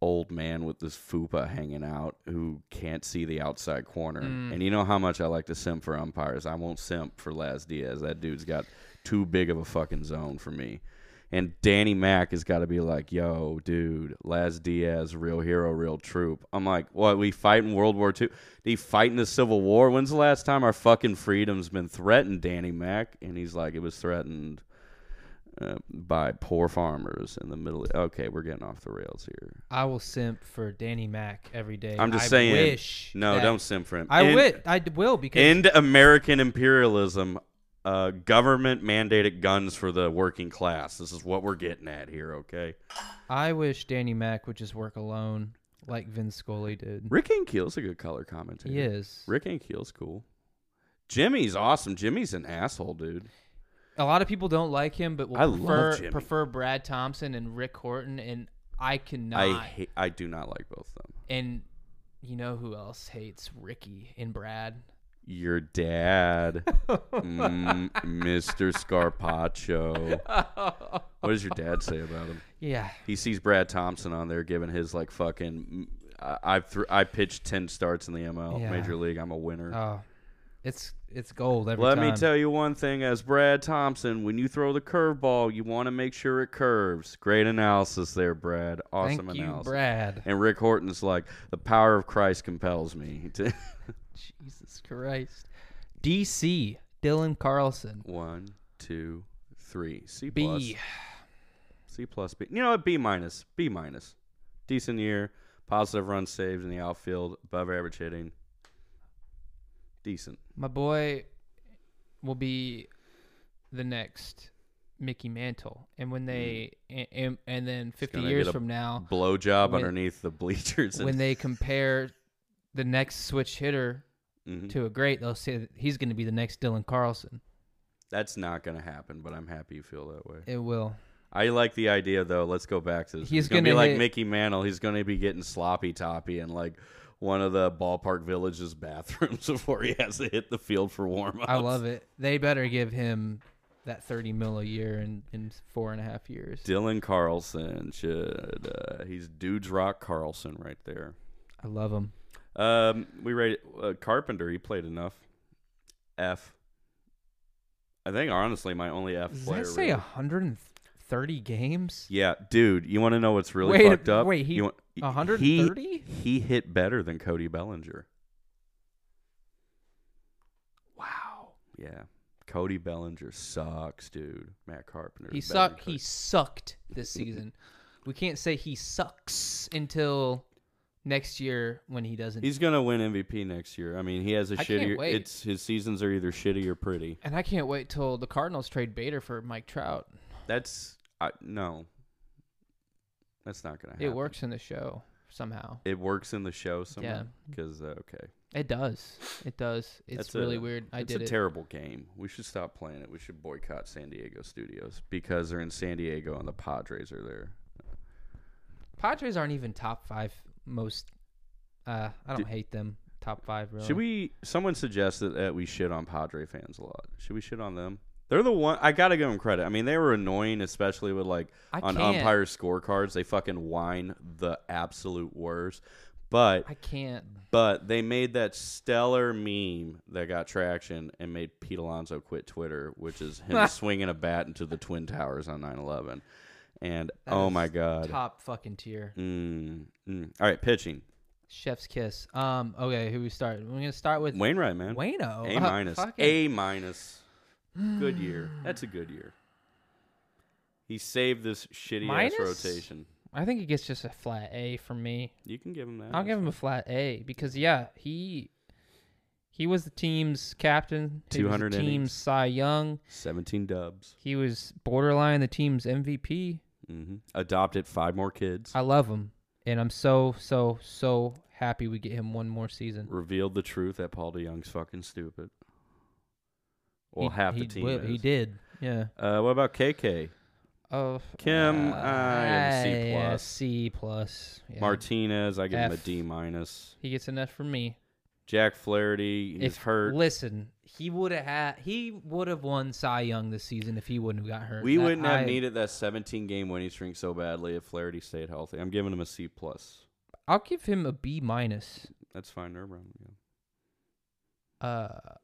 [SPEAKER 2] old man with this fupa hanging out who can't see the outside corner.
[SPEAKER 1] Mm.
[SPEAKER 2] And you know how much I like to simp for umpires. I won't simp for Laz Diaz. That dude's got too big of a fucking zone for me. And Danny Mack has got to be like, yo, dude, Laz Diaz, real hero, real troop. I'm like, what? We fight in World War II? Did he fight in the Civil War? When's the last time our fucking freedom's been threatened, Danny Mack? And he's like, it was threatened uh, by poor farmers in the middle. E-, Okay, we're getting off the rails here.
[SPEAKER 1] I will simp for Danny Mac every day.
[SPEAKER 2] I'm just
[SPEAKER 1] I
[SPEAKER 2] saying,
[SPEAKER 1] Wish
[SPEAKER 2] No,
[SPEAKER 1] that-
[SPEAKER 2] don't simp for him.
[SPEAKER 1] I
[SPEAKER 2] End-
[SPEAKER 1] would. I d- will because
[SPEAKER 2] End American imperialism. Uh, government mandated guns for the working class. This is what we're getting at here. Okay.
[SPEAKER 1] I wish Danny Mac would just work alone like Vin Scully did.
[SPEAKER 2] Rick and Keel's a good color commentator.
[SPEAKER 1] He is.
[SPEAKER 2] Rick and Keel's cool. Jimmy's awesome. Jimmy's an asshole, dude.
[SPEAKER 1] A lot of people don't like him, but will
[SPEAKER 2] I love
[SPEAKER 1] prefer,
[SPEAKER 2] Jimmy.
[SPEAKER 1] prefer Brad Thompson and Rick Horton, and I cannot.
[SPEAKER 2] I hate. I do not like both of them.
[SPEAKER 1] and you know who else hates Ricky and Brad? (laughs)
[SPEAKER 2] Your dad, mm,
[SPEAKER 1] (laughs)
[SPEAKER 2] Mr. Scarpaccio. What does your dad say about him?
[SPEAKER 1] Yeah.
[SPEAKER 2] He sees Brad Thompson on there giving his like fucking. I, I've thr I pitched ten starts in the ML
[SPEAKER 1] Yeah.
[SPEAKER 2] Major League. I'm a winner.
[SPEAKER 1] Oh, it's it's gold every
[SPEAKER 2] Let
[SPEAKER 1] time.
[SPEAKER 2] me tell you one thing as Brad Thompson, when you throw the curveball, you want to make sure it curves. Great analysis there, Brad. Awesome
[SPEAKER 1] Thank you,
[SPEAKER 2] analysis.
[SPEAKER 1] Brad.
[SPEAKER 2] And Rick Horton's like, the power of Christ compels me. to-" (laughs)
[SPEAKER 1] Jesus Christ. DC Dylan Carlson.
[SPEAKER 2] one, two, three. C plus.
[SPEAKER 1] B.
[SPEAKER 2] C plus B. You know what? B minus. B minus. Decent year. Positive runs saved in the outfield. Above average hitting. Decent.
[SPEAKER 1] My boy will be the next Mickey Mantle, and when they and, and, and then fifty
[SPEAKER 2] Mm. gonna
[SPEAKER 1] years
[SPEAKER 2] get a
[SPEAKER 1] from now,
[SPEAKER 2] Blowjob
[SPEAKER 1] When-
[SPEAKER 2] underneath the bleachers. (laughs)
[SPEAKER 1] when they compare the next switch hitter
[SPEAKER 2] Mhm.
[SPEAKER 1] to a great, they'll say that he's going to be the next Dylan Carlson.
[SPEAKER 2] That's not going to happen, but I'm happy you feel that way.
[SPEAKER 1] It will.
[SPEAKER 2] I like the idea though. Let's go back to this.
[SPEAKER 1] He's
[SPEAKER 2] He's, gonna, be
[SPEAKER 1] gonna
[SPEAKER 2] like
[SPEAKER 1] hit-
[SPEAKER 2] Mickey Mantle. He's gonna be getting sloppy toppy in like one of the ballpark village's (laughs) bathrooms before he has to hit the field for warm up.
[SPEAKER 1] I love it. They better give him that thirty mil a year in in four and a half years.
[SPEAKER 2] Dylan Carlson should. Uh, he's dudes rock Carlson right there.
[SPEAKER 1] I love him.
[SPEAKER 2] Um, we rated uh, Carpenter. He played enough. F. I think honestly, my only F
[SPEAKER 1] Does
[SPEAKER 2] player.
[SPEAKER 1] that say
[SPEAKER 2] rated.
[SPEAKER 1] hundred and thirty games?
[SPEAKER 2] Yeah, dude. You want to know what's really
[SPEAKER 1] Wait a-
[SPEAKER 2] fucked up?
[SPEAKER 1] wait, he-
[SPEAKER 2] You want-
[SPEAKER 1] 130?
[SPEAKER 2] He, he hit better than Cody Bellinger.
[SPEAKER 1] Wow.
[SPEAKER 2] Yeah. Cody Bellinger sucks, dude. Matt Carpenter.
[SPEAKER 1] He
[SPEAKER 2] is better than
[SPEAKER 1] sucked.
[SPEAKER 2] Cody-
[SPEAKER 1] He sucked (laughs) this season. we can't say he sucks until next year when he doesn't.
[SPEAKER 2] He's gonna win MVP next year. I mean, he has a
[SPEAKER 1] I can't
[SPEAKER 2] shittier.
[SPEAKER 1] wait.
[SPEAKER 2] It's his seasons are either shitty or pretty.
[SPEAKER 1] and I can't wait till the Cardinals trade Bader for Mike Trout.
[SPEAKER 2] That's I, no. That's not gonna happen.
[SPEAKER 1] It works in the show somehow.
[SPEAKER 2] It works in the show somehow.
[SPEAKER 1] Yeah.
[SPEAKER 2] Because uh, okay,
[SPEAKER 1] It does. It does. It's
[SPEAKER 2] That's
[SPEAKER 1] really
[SPEAKER 2] a-
[SPEAKER 1] weird. I
[SPEAKER 2] it's
[SPEAKER 1] did
[SPEAKER 2] a
[SPEAKER 1] it.
[SPEAKER 2] terrible game. We should stop playing it. We should boycott San Diego studios because they're in San Diego and the Padres are there.
[SPEAKER 1] Padres aren't even top five most. Uh, I don't hate them. Top five really.
[SPEAKER 2] Should we? Someone suggested that we shit on Padre fans a lot. Should we shit on them? They're the one. I gotta give them credit. I mean, they were annoying, especially with like
[SPEAKER 1] I
[SPEAKER 2] on
[SPEAKER 1] can't.
[SPEAKER 2] umpire scorecards. They fucking whine the absolute worst. But
[SPEAKER 1] I can't.
[SPEAKER 2] but they made that stellar meme that got traction and made Pete Alonso quit Twitter, which is him
[SPEAKER 1] (laughs)
[SPEAKER 2] swinging a bat into the twin towers on 9/11. And
[SPEAKER 1] That
[SPEAKER 2] oh
[SPEAKER 1] is
[SPEAKER 2] my god.
[SPEAKER 1] Top fucking tier.
[SPEAKER 2] Mm, mm. All right, pitching.
[SPEAKER 1] Chef's kiss. Um. Okay. Who we start? We're gonna start with
[SPEAKER 2] Wainwright, man.
[SPEAKER 1] Wayno.
[SPEAKER 2] A
[SPEAKER 1] Uh,
[SPEAKER 2] minus.
[SPEAKER 1] fucking-
[SPEAKER 2] A minus. Good year. That's a good year. He saved this shitty
[SPEAKER 1] Minus?
[SPEAKER 2] ass rotation.
[SPEAKER 1] I think he gets just a flat A from me.
[SPEAKER 2] You can give him that.
[SPEAKER 1] I'll give him a flat A because yeah, he he was the team's captain. He was
[SPEAKER 2] 200
[SPEAKER 1] the team's
[SPEAKER 2] innings.
[SPEAKER 1] Cy Young.
[SPEAKER 2] seventeen dubs.
[SPEAKER 1] He was borderline the team's MVP.
[SPEAKER 2] hmm Adopted five more kids.
[SPEAKER 1] I love him, and I'm so so so happy we get him one more season.
[SPEAKER 2] Revealed the truth that Paul DeYoung's fucking stupid. Well,
[SPEAKER 1] He-
[SPEAKER 2] half
[SPEAKER 1] he,
[SPEAKER 2] the team.
[SPEAKER 1] wi-
[SPEAKER 2] is.
[SPEAKER 1] He did. Yeah.
[SPEAKER 2] Uh, what about KK?
[SPEAKER 1] Oh.
[SPEAKER 2] Kim, I am a C
[SPEAKER 1] I- yeah,
[SPEAKER 2] plus.
[SPEAKER 1] C plus. Yeah.
[SPEAKER 2] Martinez, I give him a
[SPEAKER 1] F.
[SPEAKER 2] D minus.
[SPEAKER 1] He gets an F from me.
[SPEAKER 2] Jack Flaherty, he's
[SPEAKER 1] if
[SPEAKER 2] hurt.
[SPEAKER 1] listen, he would have had he would have won Cy Young this season if he wouldn't have got hurt.
[SPEAKER 2] We
[SPEAKER 1] That-
[SPEAKER 2] wouldn't have
[SPEAKER 1] I-
[SPEAKER 2] needed that 17 game winning streak so badly if Flaherty stayed healthy. I'm giving him a C plus.
[SPEAKER 1] I'll give him a B minus.
[SPEAKER 2] That's fine. Nerve round. Yeah.
[SPEAKER 1] Uh,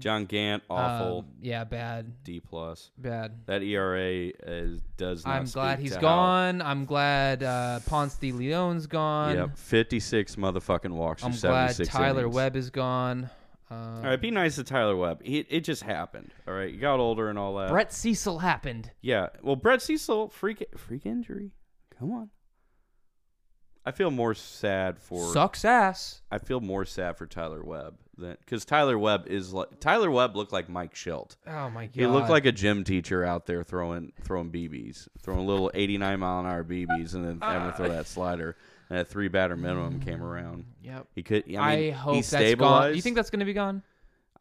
[SPEAKER 2] John Gant, awful.
[SPEAKER 1] um, yeah, bad,
[SPEAKER 2] D plus.
[SPEAKER 1] bad.
[SPEAKER 2] That ERA is, does. Not
[SPEAKER 1] I'm glad
[SPEAKER 2] speak
[SPEAKER 1] he's
[SPEAKER 2] to
[SPEAKER 1] gone. I'm glad uh, Ponce de Leon's
[SPEAKER 2] How,
[SPEAKER 1] gone.
[SPEAKER 2] yep, 56 motherfucking walks. through
[SPEAKER 1] I'm glad
[SPEAKER 2] 76
[SPEAKER 1] Tyler
[SPEAKER 2] innings.
[SPEAKER 1] Webb is gone. Uh, Uh,
[SPEAKER 2] All right, be nice to Tyler Webb. It, it just happened. All right, you got older and all that.
[SPEAKER 1] Brett Cecil happened.
[SPEAKER 2] Yeah. Well, Brett Cecil, freak, freak injury. Come on. I feel more sad for.
[SPEAKER 1] Sucks ass.
[SPEAKER 2] I feel more sad for Tyler Webb than because Tyler Webb is like Tyler Webb looked like Mike Schilt.
[SPEAKER 1] Oh my god.
[SPEAKER 2] He looked like a gym teacher out there throwing throwing BBs, throwing little eighty nine mile an hour BBs, and then having to throw
[SPEAKER 1] Ah.
[SPEAKER 2] that slider. And that three batter minimum came around.
[SPEAKER 1] Yep.
[SPEAKER 2] He could. I, mean,
[SPEAKER 1] I
[SPEAKER 2] he
[SPEAKER 1] hope that's gone.
[SPEAKER 2] stabilized.
[SPEAKER 1] Do you think that's gonna be gone?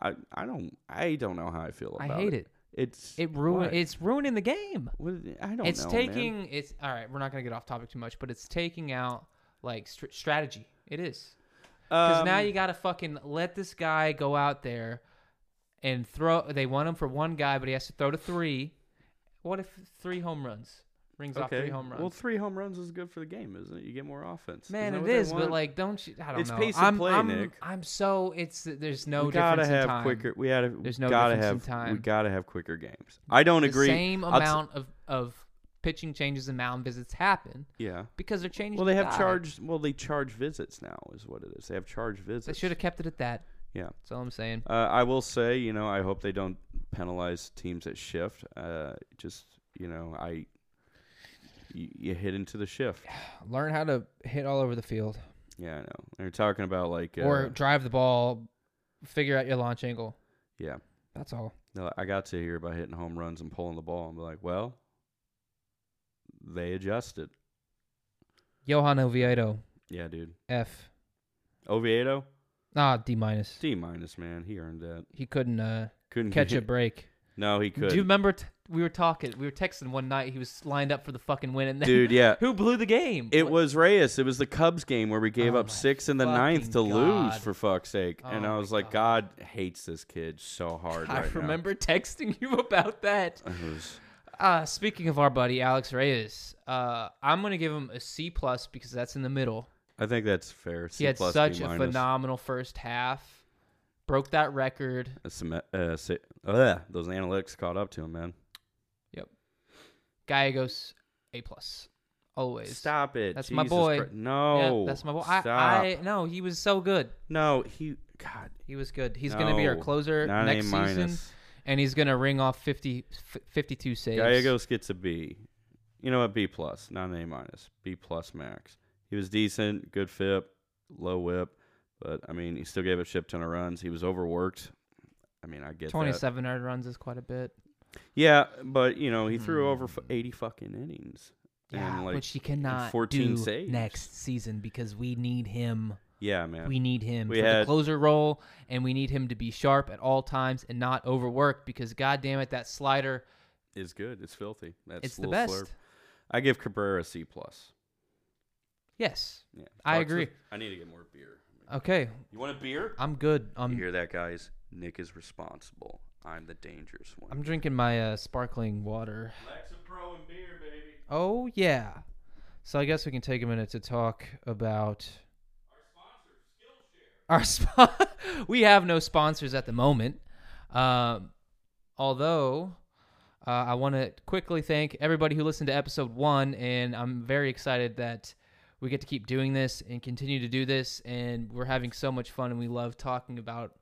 [SPEAKER 2] I, I don't I don't know how I feel
[SPEAKER 1] I
[SPEAKER 2] about
[SPEAKER 1] hate it.
[SPEAKER 2] It's
[SPEAKER 1] It ruin.
[SPEAKER 2] why?
[SPEAKER 1] It's ruining the game.
[SPEAKER 2] What is it- I don't
[SPEAKER 1] it's
[SPEAKER 2] know. man.
[SPEAKER 1] taking. It's all right. We're not gonna get off topic too much, but it's taking out like str- strategy. It is. Because now
[SPEAKER 2] Um,
[SPEAKER 1] you gotta fucking let this guy go out there and throw. They want him for one guy, but he has to throw to three. What if three home runs rings off three home runs?
[SPEAKER 2] Um, Well, three home runs is good for the game, isn't it? You get more offense.
[SPEAKER 1] Man, it
[SPEAKER 2] Isn't that what they
[SPEAKER 1] is, but
[SPEAKER 2] want?
[SPEAKER 1] like, don't you? I don't
[SPEAKER 2] It's
[SPEAKER 1] know.
[SPEAKER 2] pace of
[SPEAKER 1] I'm,
[SPEAKER 2] play,
[SPEAKER 1] I'm,
[SPEAKER 2] Nick.
[SPEAKER 1] I'm so it's there's no
[SPEAKER 2] we gotta
[SPEAKER 1] difference in
[SPEAKER 2] have
[SPEAKER 1] time.
[SPEAKER 2] quicker. We gotta.
[SPEAKER 1] There's no
[SPEAKER 2] gotta have.
[SPEAKER 1] difference in time.
[SPEAKER 2] We gotta have quicker games. I don't
[SPEAKER 1] The
[SPEAKER 2] agree.
[SPEAKER 1] same
[SPEAKER 2] I'll t-
[SPEAKER 1] amount of of pitching changes and mound visits happen
[SPEAKER 2] yeah.
[SPEAKER 1] because they're changing.
[SPEAKER 2] Well, they
[SPEAKER 1] the
[SPEAKER 2] have
[SPEAKER 1] guy.
[SPEAKER 2] charged. Well, they charge visits now, is what it is. They have charge visits.
[SPEAKER 1] They should have kept it at that.
[SPEAKER 2] Yeah.
[SPEAKER 1] That's all I'm saying.
[SPEAKER 2] Uh, I will say, you know, I hope they don't penalize teams that shift. Uh, just you know, I. You, you hit into the shift.
[SPEAKER 1] Learn how to hit all over the field
[SPEAKER 2] Yeah, I know. They're talking about like. Uh,
[SPEAKER 1] or drive the ball, figure out your launch angle.
[SPEAKER 2] Yeah.
[SPEAKER 1] That's all.
[SPEAKER 2] No, I got to hear about hitting home runs and pulling the ball. I'm like, well, they adjusted.
[SPEAKER 1] Johan Oviedo,
[SPEAKER 2] Yeah, dude.
[SPEAKER 1] F.
[SPEAKER 2] Oviedo,
[SPEAKER 1] Ah, D minus.
[SPEAKER 2] D minus, man. He earned that.
[SPEAKER 1] He couldn't
[SPEAKER 2] (laughs)
[SPEAKER 1] uh,
[SPEAKER 2] Couldn't
[SPEAKER 1] catch a
[SPEAKER 2] it.
[SPEAKER 1] break.
[SPEAKER 2] No, he could.
[SPEAKER 1] Do you remember t- we were talking? We were texting one night. He was lined up for the fucking win, and then
[SPEAKER 2] Dude, yeah.
[SPEAKER 1] who blew the game?
[SPEAKER 2] It
[SPEAKER 1] What-
[SPEAKER 2] was Reyes. It was the Cubs game where we gave
[SPEAKER 1] Oh
[SPEAKER 2] up
[SPEAKER 1] my
[SPEAKER 2] six in the ninth to
[SPEAKER 1] fucking
[SPEAKER 2] lose,
[SPEAKER 1] God.
[SPEAKER 2] for fuck's sake. and
[SPEAKER 1] Oh
[SPEAKER 2] I
[SPEAKER 1] my
[SPEAKER 2] was like, God.
[SPEAKER 1] God.
[SPEAKER 2] hates this kid so
[SPEAKER 1] (laughs)
[SPEAKER 2] hard
[SPEAKER 1] I
[SPEAKER 2] right
[SPEAKER 1] remember texting (laughs) you about that.
[SPEAKER 2] now. It was-
[SPEAKER 1] Uh, speaking of our buddy Alex Reyes, uh, I'm gonna give him a C plus because that's in the middle.
[SPEAKER 2] I think that's fair. C
[SPEAKER 1] he had
[SPEAKER 2] plus,
[SPEAKER 1] such
[SPEAKER 2] D
[SPEAKER 1] a
[SPEAKER 2] minus.
[SPEAKER 1] phenomenal first half, broke that record.
[SPEAKER 2] A sem- uh, si- ugh, those analytics caught up to him, man.
[SPEAKER 1] Gallegos, A plus, always.
[SPEAKER 2] Stop it.
[SPEAKER 1] That's my
[SPEAKER 2] Jesus
[SPEAKER 1] boy.
[SPEAKER 2] Christ.
[SPEAKER 1] Yeah,
[SPEAKER 2] No.
[SPEAKER 1] that's my boy.
[SPEAKER 2] Stop.
[SPEAKER 1] I, I no, he was so good.
[SPEAKER 2] No, he. God.
[SPEAKER 1] He was good. He's gonna be our
[SPEAKER 2] No,
[SPEAKER 1] closer
[SPEAKER 2] Not
[SPEAKER 1] next
[SPEAKER 2] an A
[SPEAKER 1] season,
[SPEAKER 2] minus.
[SPEAKER 1] and he's gonna ring off 50, f- 52 saves.
[SPEAKER 2] Gallegos gets a B. You know what? B plus, not an A minus. B plus max. He was decent, good FIP, low whip, but I mean, he still gave a shit ton of runs. He was overworked. I mean, I get that.
[SPEAKER 1] twenty-seven earned runs is quite a bit.
[SPEAKER 2] Yeah, but you know, he threw over f-
[SPEAKER 1] Hmm.
[SPEAKER 2] eighty fucking innings.
[SPEAKER 1] Yeah,
[SPEAKER 2] and, like,
[SPEAKER 1] which he cannot
[SPEAKER 2] 14
[SPEAKER 1] do
[SPEAKER 2] saves.
[SPEAKER 1] next season because we need him.
[SPEAKER 2] Yeah, man.
[SPEAKER 1] We need him
[SPEAKER 2] We
[SPEAKER 1] for
[SPEAKER 2] had-
[SPEAKER 1] the closer role, and we need him to be sharp at all times and not overworked because, god damn it, that slider,
[SPEAKER 2] it's good. It's filthy. That's
[SPEAKER 1] it's the
[SPEAKER 2] little
[SPEAKER 1] best.
[SPEAKER 2] slurp. I give Cabrera a C plus.
[SPEAKER 1] Yes.
[SPEAKER 2] Yeah,
[SPEAKER 1] I
[SPEAKER 2] Talks to-
[SPEAKER 1] agree.
[SPEAKER 2] I need to get more beer.
[SPEAKER 1] Okay,
[SPEAKER 2] You want a beer?
[SPEAKER 1] I'm good.
[SPEAKER 2] you
[SPEAKER 1] I'm
[SPEAKER 2] hear that, guys? Nick is responsible. I'm the dangerous one.
[SPEAKER 1] I'm drinking my uh, sparkling water.
[SPEAKER 2] Lexapro and beer, baby.
[SPEAKER 1] Oh yeah. So I guess we can take a minute to talk about our sponsor, Skillshare. (laughs) we have no sponsors at the moment. Um, although uh, I want to quickly thank everybody who listened to episode one, and I'm very excited that we get to keep doing this and continue to do this. And we're having so much fun, and we love talking about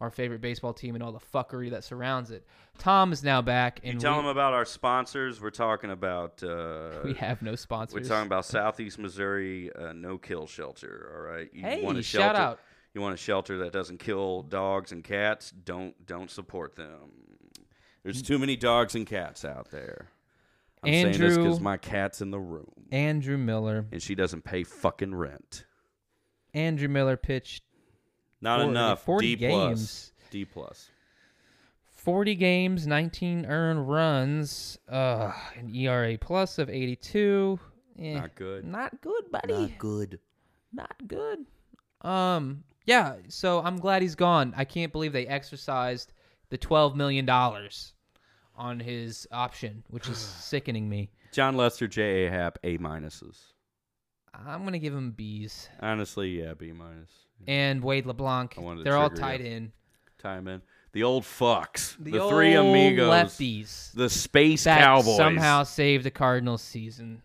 [SPEAKER 1] our favorite baseball team and all the fuckery that surrounds it. Tom is now back, and
[SPEAKER 2] You tell
[SPEAKER 1] we,
[SPEAKER 2] them about our sponsors. We're talking about uh,
[SPEAKER 1] (laughs) we have no sponsors.
[SPEAKER 2] we're talking about Southeast Missouri uh, No Kill Shelter. All right, you
[SPEAKER 1] Hey,
[SPEAKER 2] want a
[SPEAKER 1] shout
[SPEAKER 2] shelter,
[SPEAKER 1] out.
[SPEAKER 2] You want a shelter that doesn't kill dogs and cats? Don't don't support them. There's
[SPEAKER 1] Mm.
[SPEAKER 2] too many dogs and cats out there. I'm saying this
[SPEAKER 1] Andrew-
[SPEAKER 2] because my cat's in the room
[SPEAKER 1] Andrew Miller.
[SPEAKER 2] and she doesn't pay fucking rent.
[SPEAKER 1] Andrew Miller pitched
[SPEAKER 2] Not
[SPEAKER 1] Forty-
[SPEAKER 2] enough.
[SPEAKER 1] forty
[SPEAKER 2] D plus.
[SPEAKER 1] games.
[SPEAKER 2] D plus.
[SPEAKER 1] 40 games, 19 earned runs, uh, an ERA plus of 82. Eh,
[SPEAKER 2] Not good.
[SPEAKER 1] Not good, buddy. Not,
[SPEAKER 2] good.
[SPEAKER 1] good. Um, yeah. So I'm glad he's gone. I can't believe they exercised the 12 million dollars on his option, which
[SPEAKER 2] (sighs)
[SPEAKER 1] is sickening me.
[SPEAKER 2] John Lester, J. A. Happ, A minuses.
[SPEAKER 1] I'm gonna give him B's
[SPEAKER 2] Honestly, yeah, B minus.
[SPEAKER 1] and Wade LeBlanc.
[SPEAKER 2] I wanted to
[SPEAKER 1] They're all
[SPEAKER 2] trigger you.
[SPEAKER 1] tied in.
[SPEAKER 2] Tie 'em in. The old fucks. The,
[SPEAKER 1] The,
[SPEAKER 2] three
[SPEAKER 1] old
[SPEAKER 2] amigos.
[SPEAKER 1] lefties.
[SPEAKER 2] The space
[SPEAKER 1] that
[SPEAKER 2] cowboys.
[SPEAKER 1] somehow saved the Cardinals season.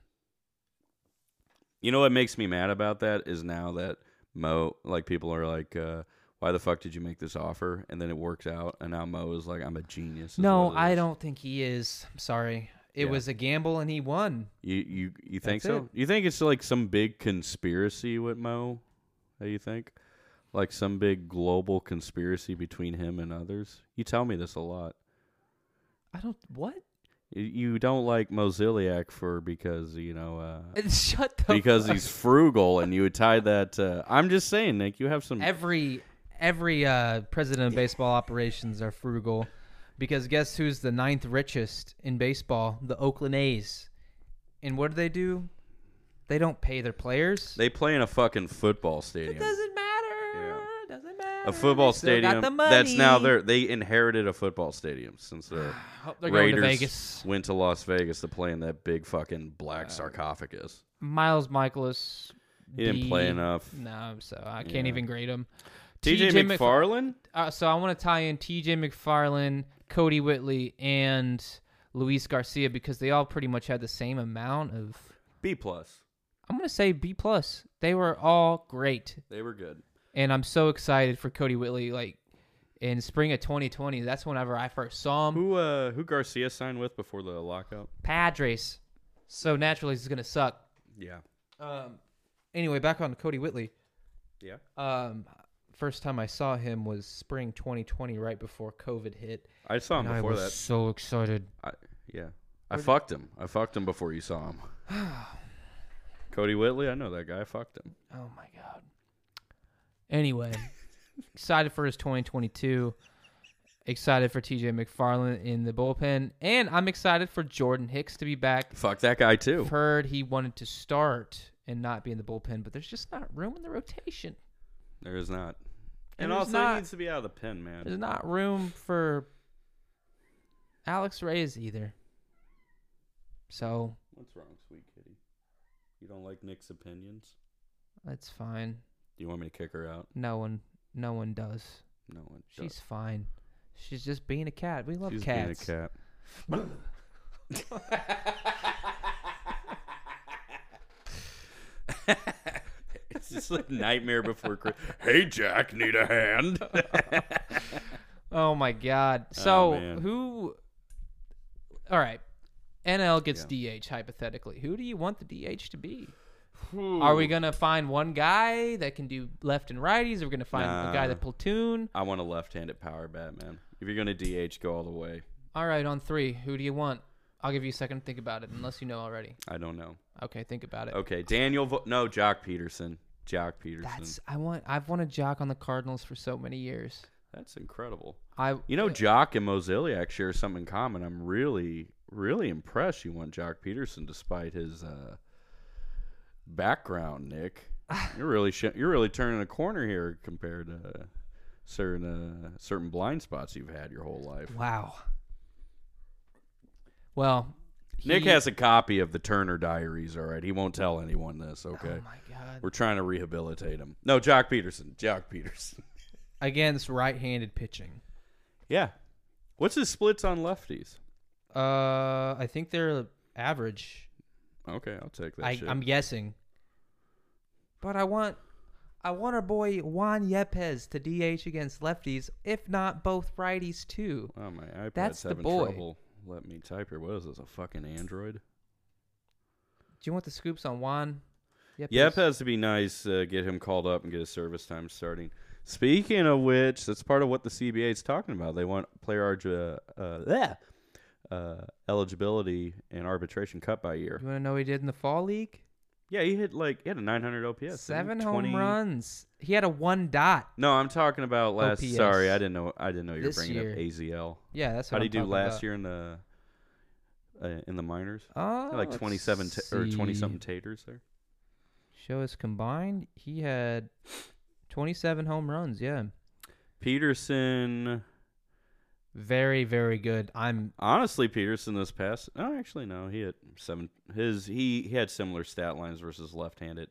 [SPEAKER 2] You know what makes me mad about that is now that Mo, like people are like, uh, why the fuck did you make this offer? And then it worked out, and now Mo is like, I'm a genius. is
[SPEAKER 1] No,
[SPEAKER 2] what it
[SPEAKER 1] I
[SPEAKER 2] is.
[SPEAKER 1] don't think he is. I'm sorry. It
[SPEAKER 2] Yeah.
[SPEAKER 1] was a gamble and he won.
[SPEAKER 2] You you you think
[SPEAKER 1] That's
[SPEAKER 2] so? You think it's like some big conspiracy with Mo? How you think? Like some big global conspiracy between him and others? You tell me this a lot.
[SPEAKER 1] I don't what? (laughs)
[SPEAKER 2] You- You don't like Moziliac for because you know uh,
[SPEAKER 1] Shut the
[SPEAKER 2] because
[SPEAKER 1] fuck. (laughs)
[SPEAKER 2] he's frugal, and you would tie that. Uh, I'm just saying, Nick. You have some.
[SPEAKER 1] every every uh, president of baseball operations are frugal because guess who's the ninth richest in baseball? The Oakland A's. And what do they do? They don't pay their players.
[SPEAKER 2] They play in a fucking football
[SPEAKER 1] it
[SPEAKER 2] stadium.
[SPEAKER 1] doesn't matter.
[SPEAKER 2] Yeah.
[SPEAKER 1] It Doesn't matter.
[SPEAKER 2] A football
[SPEAKER 1] They still got
[SPEAKER 2] stadium.
[SPEAKER 1] the
[SPEAKER 2] That's now
[SPEAKER 1] money.
[SPEAKER 2] their. They inherited a football stadium since they're.
[SPEAKER 1] Hope (sighs) they're going
[SPEAKER 2] Raiders
[SPEAKER 1] to Vegas. Uh,
[SPEAKER 2] went to Las Vegas to play in that big fucking black sarcophagus.
[SPEAKER 1] Miles Michaelis.
[SPEAKER 2] He didn't play
[SPEAKER 1] D.
[SPEAKER 2] enough.
[SPEAKER 1] No, so I can't
[SPEAKER 2] Yeah.
[SPEAKER 1] even grade him.
[SPEAKER 2] TJ
[SPEAKER 1] Mc-
[SPEAKER 2] McFarland?
[SPEAKER 1] uh, so I want to tie in T.J. McFarland, Cody Whitley, and Luis Garcia because they all pretty much had the same amount of.
[SPEAKER 2] B plus.
[SPEAKER 1] I'm gonna say B plus. They were all great,
[SPEAKER 2] They were good.
[SPEAKER 1] and I'm so excited for Cody Whitley. Like in spring of 2020, that's whenever I first saw him.
[SPEAKER 2] Who uh who Garcia signed with before the lockout?
[SPEAKER 1] Padres. So naturally, this is gonna suck.
[SPEAKER 2] Yeah.
[SPEAKER 1] Um, anyway, back on to Cody Whitley.
[SPEAKER 2] Yeah.
[SPEAKER 1] Um, first time I saw him was spring 2020, right before COVID hit.
[SPEAKER 2] I saw him
[SPEAKER 1] And I
[SPEAKER 2] before
[SPEAKER 1] was
[SPEAKER 2] that.
[SPEAKER 1] so excited.
[SPEAKER 2] I, yeah. I fucked him. I fucked him before you saw him. (sighs) Cody Whitley, I know that guy. I fucked him.
[SPEAKER 1] Oh my god.
[SPEAKER 2] (laughs)
[SPEAKER 1] Anyway, excited for his 2022. Excited for TJ McFarland in the bullpen, and I'm excited for Jordan Hicks to be back.
[SPEAKER 2] Fuck that guy too.
[SPEAKER 1] I've heard he wanted to start and not be in the bullpen, but there's just not room in the rotation.
[SPEAKER 2] There is not.
[SPEAKER 1] And
[SPEAKER 2] And,
[SPEAKER 1] there's
[SPEAKER 2] also
[SPEAKER 1] not-
[SPEAKER 2] he needs to be out of the pen, man.
[SPEAKER 1] There's not room for Alex Reyes either. So
[SPEAKER 2] What's wrong, sweet kitty? You don't like Nick's opinions?
[SPEAKER 1] that's fine.
[SPEAKER 2] Do you want me to kick her out?
[SPEAKER 1] No one, no one does.
[SPEAKER 2] No one. does.
[SPEAKER 1] She's fine. She's just being a cat. We love
[SPEAKER 2] She's
[SPEAKER 1] cats.
[SPEAKER 2] being a
[SPEAKER 1] (laughs)
[SPEAKER 2] cat. (laughs) it's just like Nightmare Before Christmas. Hey, Jack, need a hand?
[SPEAKER 1] Oh my god.
[SPEAKER 2] Oh,
[SPEAKER 1] So
[SPEAKER 2] man.
[SPEAKER 1] who All right. NL gets DH hypothetically. Who do you want the DH to be? Are we going to find one guy that can do left and righties? Are we going to find a guy
[SPEAKER 2] Nah.
[SPEAKER 1] that platoon?
[SPEAKER 2] I want a left-handed power bat, man. If you're gonna DH, go all the way.
[SPEAKER 1] All right, on 3, who do you want? I'll give you a second to think about it unless you know already.
[SPEAKER 2] I don't know.
[SPEAKER 1] Okay, think about it.
[SPEAKER 2] Okay, Daniel. Vo- no, Jock Peterson. Jock Peterson. That's,
[SPEAKER 1] That's I want I've wanted Jock on the Cardinals for so many years.
[SPEAKER 2] incredible.
[SPEAKER 1] I
[SPEAKER 2] You know, Jock and Moziliak share something in common. I'm really, really impressed. You want Jock Peterson, despite his uh,
[SPEAKER 1] (laughs)
[SPEAKER 2] background, Nick. You're really, sh- you're really turning a corner here compared to certain uh, certain blind spots you've had your whole life.
[SPEAKER 1] wow. Well,
[SPEAKER 2] Nick
[SPEAKER 1] he-
[SPEAKER 2] has a copy of the Turner Diaries. All right, he won't tell anyone this.
[SPEAKER 1] Oh
[SPEAKER 2] Okay,
[SPEAKER 1] my god.
[SPEAKER 2] we're trying to rehabilitate him. No, Jock Peterson. Jock Peterson. (laughs)
[SPEAKER 1] Against right-handed pitching.
[SPEAKER 2] yeah. What's his splits on lefties?
[SPEAKER 1] Uh, I think they're average.
[SPEAKER 2] Okay, I'll take that.
[SPEAKER 1] I,
[SPEAKER 2] shit.
[SPEAKER 1] I'm guessing. But I want, I want our boy Juan Yepes to DH against lefties, if not both righties too.
[SPEAKER 2] Oh my iPad's
[SPEAKER 1] That's the
[SPEAKER 2] having
[SPEAKER 1] boy.
[SPEAKER 2] trouble. Let me type here. What is this? A fucking Android?
[SPEAKER 1] Do you want the scoops on Juan? Yepes?
[SPEAKER 2] Yep, has to be nice. Uh, get him called up and get his service time starting. Speaking of which, that's part of what the CBA is talking about. They want player arg- uh, uh, bleh, uh, eligibility and arbitration cut by year.
[SPEAKER 1] You want to know what he did in the fall league?
[SPEAKER 2] Yeah, he hit like he had a 900 OPS. didn't he?
[SPEAKER 1] Seven home
[SPEAKER 2] 20
[SPEAKER 1] runs. He had a one dot.
[SPEAKER 2] No, I'm talking about last.
[SPEAKER 1] OPS.
[SPEAKER 2] Sorry, I didn't know. I didn't know you were
[SPEAKER 1] Oh, This
[SPEAKER 2] bringing
[SPEAKER 1] year.
[SPEAKER 2] up AZL.
[SPEAKER 1] Yeah, that's
[SPEAKER 2] How
[SPEAKER 1] what I'm
[SPEAKER 2] would he do
[SPEAKER 1] talking
[SPEAKER 2] last
[SPEAKER 1] about.
[SPEAKER 2] year in the uh, in the minors?
[SPEAKER 1] Oh,
[SPEAKER 2] Had, like
[SPEAKER 1] let's
[SPEAKER 2] 27 ta- or 20
[SPEAKER 1] see.
[SPEAKER 2] something taters there.
[SPEAKER 1] Show us combined. He had twenty-seven home runs. Yeah,
[SPEAKER 2] Peterson,
[SPEAKER 1] very very good. I'm
[SPEAKER 2] honestly, Peterson this past. Oh, actually, no, he hit seven. His he, he had similar stat lines versus left-handed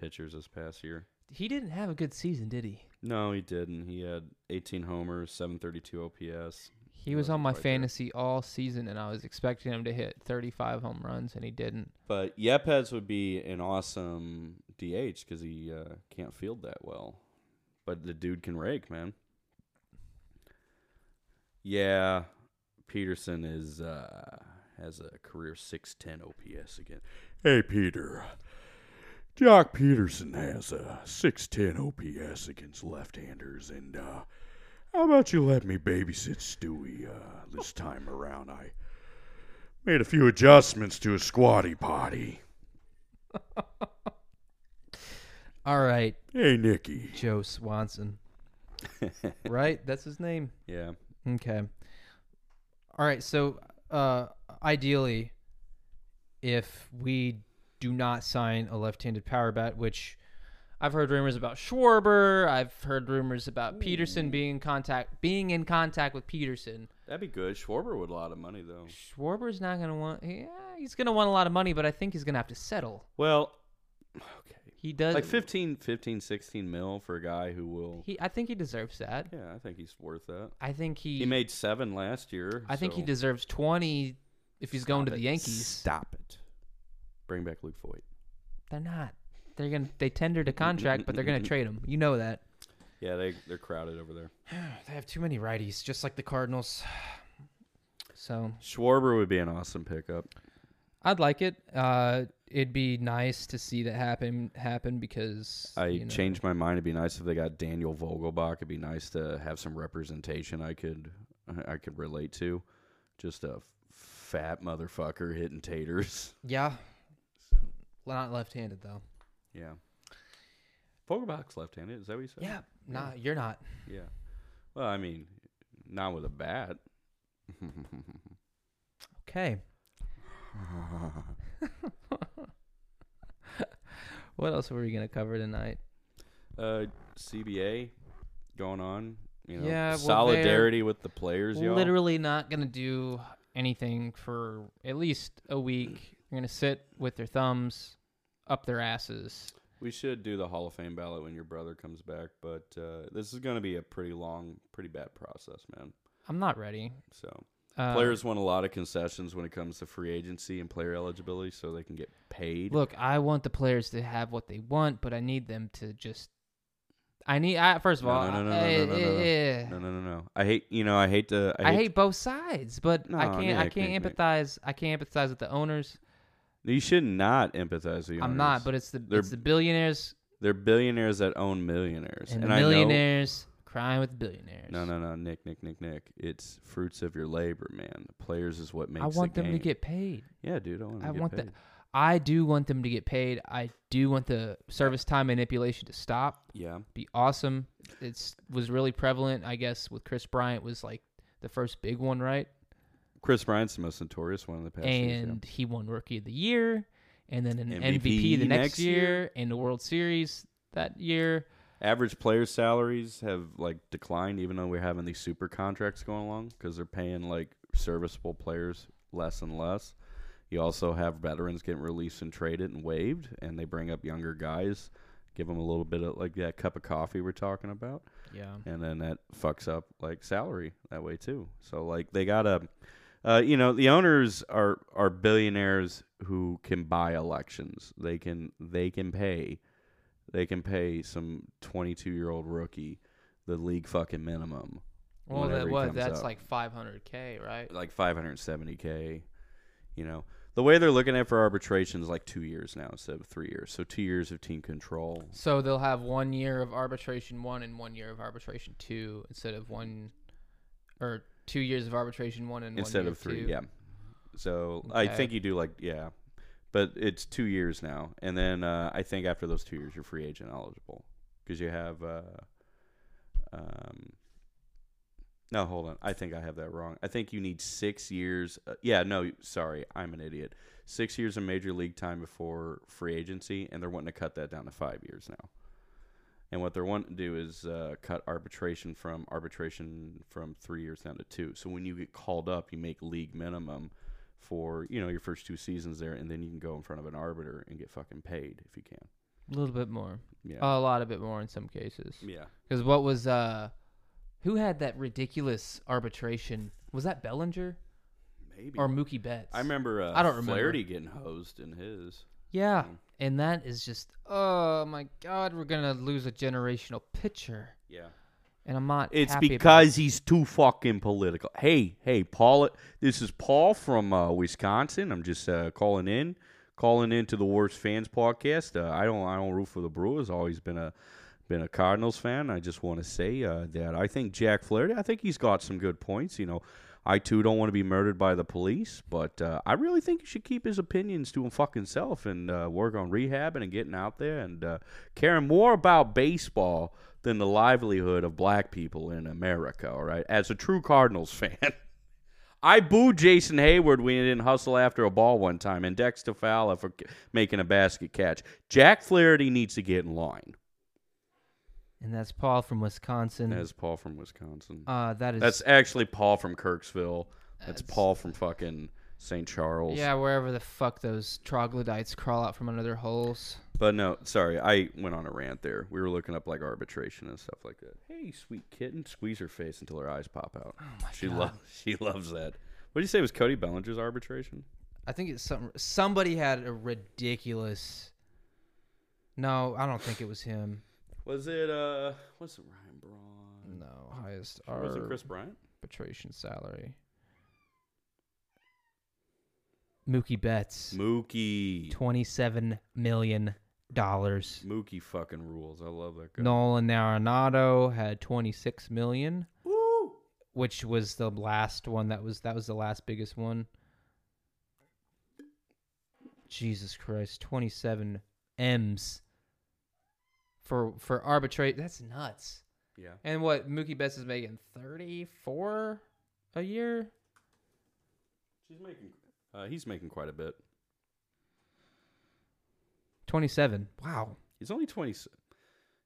[SPEAKER 2] pitchers this past year.
[SPEAKER 1] He didn't have a good season, did he?
[SPEAKER 2] No, he didn't. He had 18 homers, 732 OPS.
[SPEAKER 1] He was on
[SPEAKER 2] wasn't
[SPEAKER 1] my
[SPEAKER 2] quite there.
[SPEAKER 1] fantasy all season, and I was expecting him to hit 35 home runs, and he didn't.
[SPEAKER 2] But Yepes would be an awesome DH because he uh, can't field that well. But the dude can rake, man. Yeah, Peterson is uh has a career 610 OPS again. Hey Peter. Jock Peterson has a 610 OPS against left-handers and uh how about you let me babysit Stewie uh this time around? I made a few adjustments to his squatty potty.
[SPEAKER 1] All right,
[SPEAKER 2] Hey Nikki.
[SPEAKER 1] Joe Swanson. right? That's his name.
[SPEAKER 2] Yeah.
[SPEAKER 1] Okay. All right. So, uh, ideally, if we do not sign a left-handed power bat, which I've heard rumors about Schwarber, I've heard rumors about Peterson being in contact, being in contact with Peterson.
[SPEAKER 2] That'd be good. Schwarber would a lot of money though.
[SPEAKER 1] Schwarber's not gonna want. Yeah, he's gonna want a lot of money, but I think he's gonna have to settle.
[SPEAKER 2] Well, okay.
[SPEAKER 1] He does.
[SPEAKER 2] Like 15, 15, 16 mil for a guy who will
[SPEAKER 1] He, I think he deserves that.
[SPEAKER 2] Yeah, I think he's worth that.
[SPEAKER 1] I think he.
[SPEAKER 2] He made 7 last year.
[SPEAKER 1] I think he
[SPEAKER 2] so-
[SPEAKER 1] deserves twenty if he's going to
[SPEAKER 2] Stop
[SPEAKER 1] the
[SPEAKER 2] it.
[SPEAKER 1] Yankees.
[SPEAKER 2] Stop it. Bring back Luke Voigt.
[SPEAKER 1] They're not. They're gonna. They tendered a contract, but they're gonna trade him. You know that.
[SPEAKER 2] Yeah, they they're crowded over there.
[SPEAKER 1] They have too many righties, just like the Cardinals. So
[SPEAKER 2] Schwarber would be an awesome pickup.
[SPEAKER 1] I'd like it. Uh, it'd be nice to see that happen. Happen because
[SPEAKER 2] I
[SPEAKER 1] you know,
[SPEAKER 2] changed my mind. It'd be nice if they got Daniel Vogelbach. It'd be nice to have some representation I could I could relate to. Just a fat motherfucker hitting taters. (laughs)
[SPEAKER 1] Yeah. Not left-handed though.
[SPEAKER 2] Yeah. Vogelbach's left-handed. Is that what you said?
[SPEAKER 1] Yeah. Nah, you're not.
[SPEAKER 2] Yeah. Well, I mean, not with a
[SPEAKER 1] (laughs)
[SPEAKER 2] bat. (laughs)
[SPEAKER 1] Okay. What else were we gonna cover tonight?
[SPEAKER 2] uh, CBA going on. You know,
[SPEAKER 1] Yeah, well,
[SPEAKER 2] solidarity with the players, y'all.
[SPEAKER 1] Literally not gonna do anything for at least a week. They're gonna sit with their thumbs up their asses.
[SPEAKER 2] We should do the Hall of Fame ballot when your brother comes back, but uh, this is going to be a pretty long, pretty bad process, man.
[SPEAKER 1] I'm not ready.
[SPEAKER 2] So
[SPEAKER 1] Uh,
[SPEAKER 2] players want a lot of concessions when it comes to free agency and player eligibility, so they can get paid.
[SPEAKER 1] Look, I want the players to have what they want, but I need them to just. I need. I, first of
[SPEAKER 2] No,
[SPEAKER 1] all,
[SPEAKER 2] no, no, no, no,
[SPEAKER 1] I,
[SPEAKER 2] no, no, no,
[SPEAKER 1] eh, eh.
[SPEAKER 2] no, no, no, no. I hate, you know, I hate to, I
[SPEAKER 1] I
[SPEAKER 2] hate,
[SPEAKER 1] hate both sides, but I
[SPEAKER 2] No,
[SPEAKER 1] can't. I
[SPEAKER 2] Nick,
[SPEAKER 1] can't
[SPEAKER 2] Nick, Nick.
[SPEAKER 1] empathize. I can't empathize with the owners.
[SPEAKER 2] You should not empathize with the
[SPEAKER 1] I'm
[SPEAKER 2] owners.
[SPEAKER 1] not, but it's the
[SPEAKER 2] They're-
[SPEAKER 1] it's the billionaires
[SPEAKER 2] they're billionaires that own millionaires,
[SPEAKER 1] and,
[SPEAKER 2] and,
[SPEAKER 1] the
[SPEAKER 2] I know.
[SPEAKER 1] millionaires crying with the billionaires.
[SPEAKER 2] No, no, no, Nick, Nick, Nick, Nick. It's fruits of your labor, man. The players is what makes.
[SPEAKER 1] I
[SPEAKER 2] the
[SPEAKER 1] want them to
[SPEAKER 2] game.
[SPEAKER 1] get paid.
[SPEAKER 2] Yeah, dude. I want.
[SPEAKER 1] I
[SPEAKER 2] to get
[SPEAKER 1] want
[SPEAKER 2] paid.
[SPEAKER 1] the. I do want them to get paid. I do want the service time manipulation to stop.
[SPEAKER 2] Yeah.
[SPEAKER 1] be awesome. It's was really prevalent, I guess, with Chris Bryant was like the first big one, right?
[SPEAKER 2] Chris Bryant's the most notorious one in the past. years, yeah.
[SPEAKER 1] and he won Rookie of the Year, and then an MVP,
[SPEAKER 2] MVP
[SPEAKER 1] the next,
[SPEAKER 2] next
[SPEAKER 1] year,
[SPEAKER 2] year.
[SPEAKER 1] and the World Series that year.
[SPEAKER 2] average player salaries have like declined, even though we're having these super contracts going along because they're paying like serviceable players less and less. You also have veterans getting released and traded and waived, and they bring up younger guys, give them a little bit of like that cup of coffee we're talking about
[SPEAKER 1] Yeah,
[SPEAKER 2] and then that fucks up like salary that way too. So like they gotta, uh, you know, the owners are are billionaires who can buy elections. They can they can pay, they can pay some twenty two year old rookie the league fucking minimum,
[SPEAKER 1] well,
[SPEAKER 2] Whenever
[SPEAKER 1] that
[SPEAKER 2] he
[SPEAKER 1] was
[SPEAKER 2] comes
[SPEAKER 1] that's
[SPEAKER 2] up.
[SPEAKER 1] like 500k, right?
[SPEAKER 2] like five hundred seventy k. You know the way they're looking at for arbitration is like two years now instead of three years. So two years of team control.
[SPEAKER 1] So they'll have one year of arbitration one and one year of arbitration two instead of one, or two years of arbitration one and
[SPEAKER 2] instead
[SPEAKER 1] one year
[SPEAKER 2] of three.
[SPEAKER 1] two.
[SPEAKER 2] Yeah. So I
[SPEAKER 1] Okay.
[SPEAKER 2] think you do like yeah, but it's two years now, and then uh, I think after those two years you're free agent eligible because you have. Uh, um, no, hold on. I think I have that wrong. I think you need six years. Uh, yeah, no, sorry, I'm an idiot. Six years of major league time before free agency, and they're wanting to cut that down to five years now. And what they're wanting to do is uh, cut arbitration from arbitration from three years down to two. So when you get called up, you make league minimum for you know your first two seasons there, and then you can go in front of an arbiter and get fucking paid if you can.
[SPEAKER 1] a little bit more,
[SPEAKER 2] Yeah,
[SPEAKER 1] a lot of bit more in some cases.
[SPEAKER 2] yeah.
[SPEAKER 1] Because what was uh, who had that ridiculous arbitration? Was that Bellinger
[SPEAKER 2] Maybe.
[SPEAKER 1] or Mookie Betts?
[SPEAKER 2] I remember. Uh,
[SPEAKER 1] I don't remember.
[SPEAKER 2] Flaherty getting hosed in his.
[SPEAKER 1] Yeah. And that is just, oh my God, we're going to lose a generational pitcher.
[SPEAKER 2] Yeah.
[SPEAKER 1] And I'm not.
[SPEAKER 2] It's
[SPEAKER 1] happy about it.
[SPEAKER 2] because he's too fucking political. Hey, hey, Paul. This is Paul from uh, Wisconsin. I'm just uh, calling in, calling in to the Worst Fans podcast. Uh, I don't, I don't root for the Brewers. Always been a, been a Cardinals fan. I just want to say uh, that I think Jack Flaherty. I think he's got some good points. You know, I too don't want to be murdered by the police, but uh, I really think he should keep his opinions to him fucking self and uh, work on rehabbing and getting out there and uh, caring more about baseball than the livelihood of black people in America, all right? As a true Cardinals (laughs) fan, I booed Jason Hayward when he didn't hustle after a ball one time and Dex DeFala for c- making a basket catch. Jack Flaherty needs to get in line,
[SPEAKER 1] And that's Paul from Wisconsin.
[SPEAKER 2] as Paul from Wisconsin.
[SPEAKER 1] uh, that is.
[SPEAKER 2] That's actually Paul from Kirksville. That's
[SPEAKER 1] That's-
[SPEAKER 2] Paul from fucking St. Charles.
[SPEAKER 1] yeah, wherever the fuck those troglodytes crawl out from under their holes.
[SPEAKER 2] But no, sorry, I went on a rant there. We were looking up like arbitration and stuff like that. Hey, sweet kitten, squeeze her face until her eyes pop out. Oh my she loves (laughs) she loves that. What did you say was Cody Bellinger's arbitration?
[SPEAKER 1] I think it's some somebody had a ridiculous. No, I don't think it was him.
[SPEAKER 2] Was it uh was it Ryan Braun?
[SPEAKER 1] No, highest
[SPEAKER 2] Was it
[SPEAKER 1] arbitration
[SPEAKER 2] Chris Bryant?
[SPEAKER 1] salary. Mookie Betts,
[SPEAKER 2] Mookie.
[SPEAKER 1] twenty-seven million dollars.
[SPEAKER 2] Mookie fucking rules. I love that guy.
[SPEAKER 1] Nolan Arenado had twenty-six million,
[SPEAKER 2] Ooh.
[SPEAKER 1] which was the last one. That was that was the last biggest one. Jesus Christ, twenty-seven m's for for arbitrate. That's nuts.
[SPEAKER 2] Yeah.
[SPEAKER 1] And what Mookie Betts is making thirty four a year.
[SPEAKER 2] She's making uh, he's making quite a bit.
[SPEAKER 1] Twenty seven. Wow.
[SPEAKER 2] He's only 20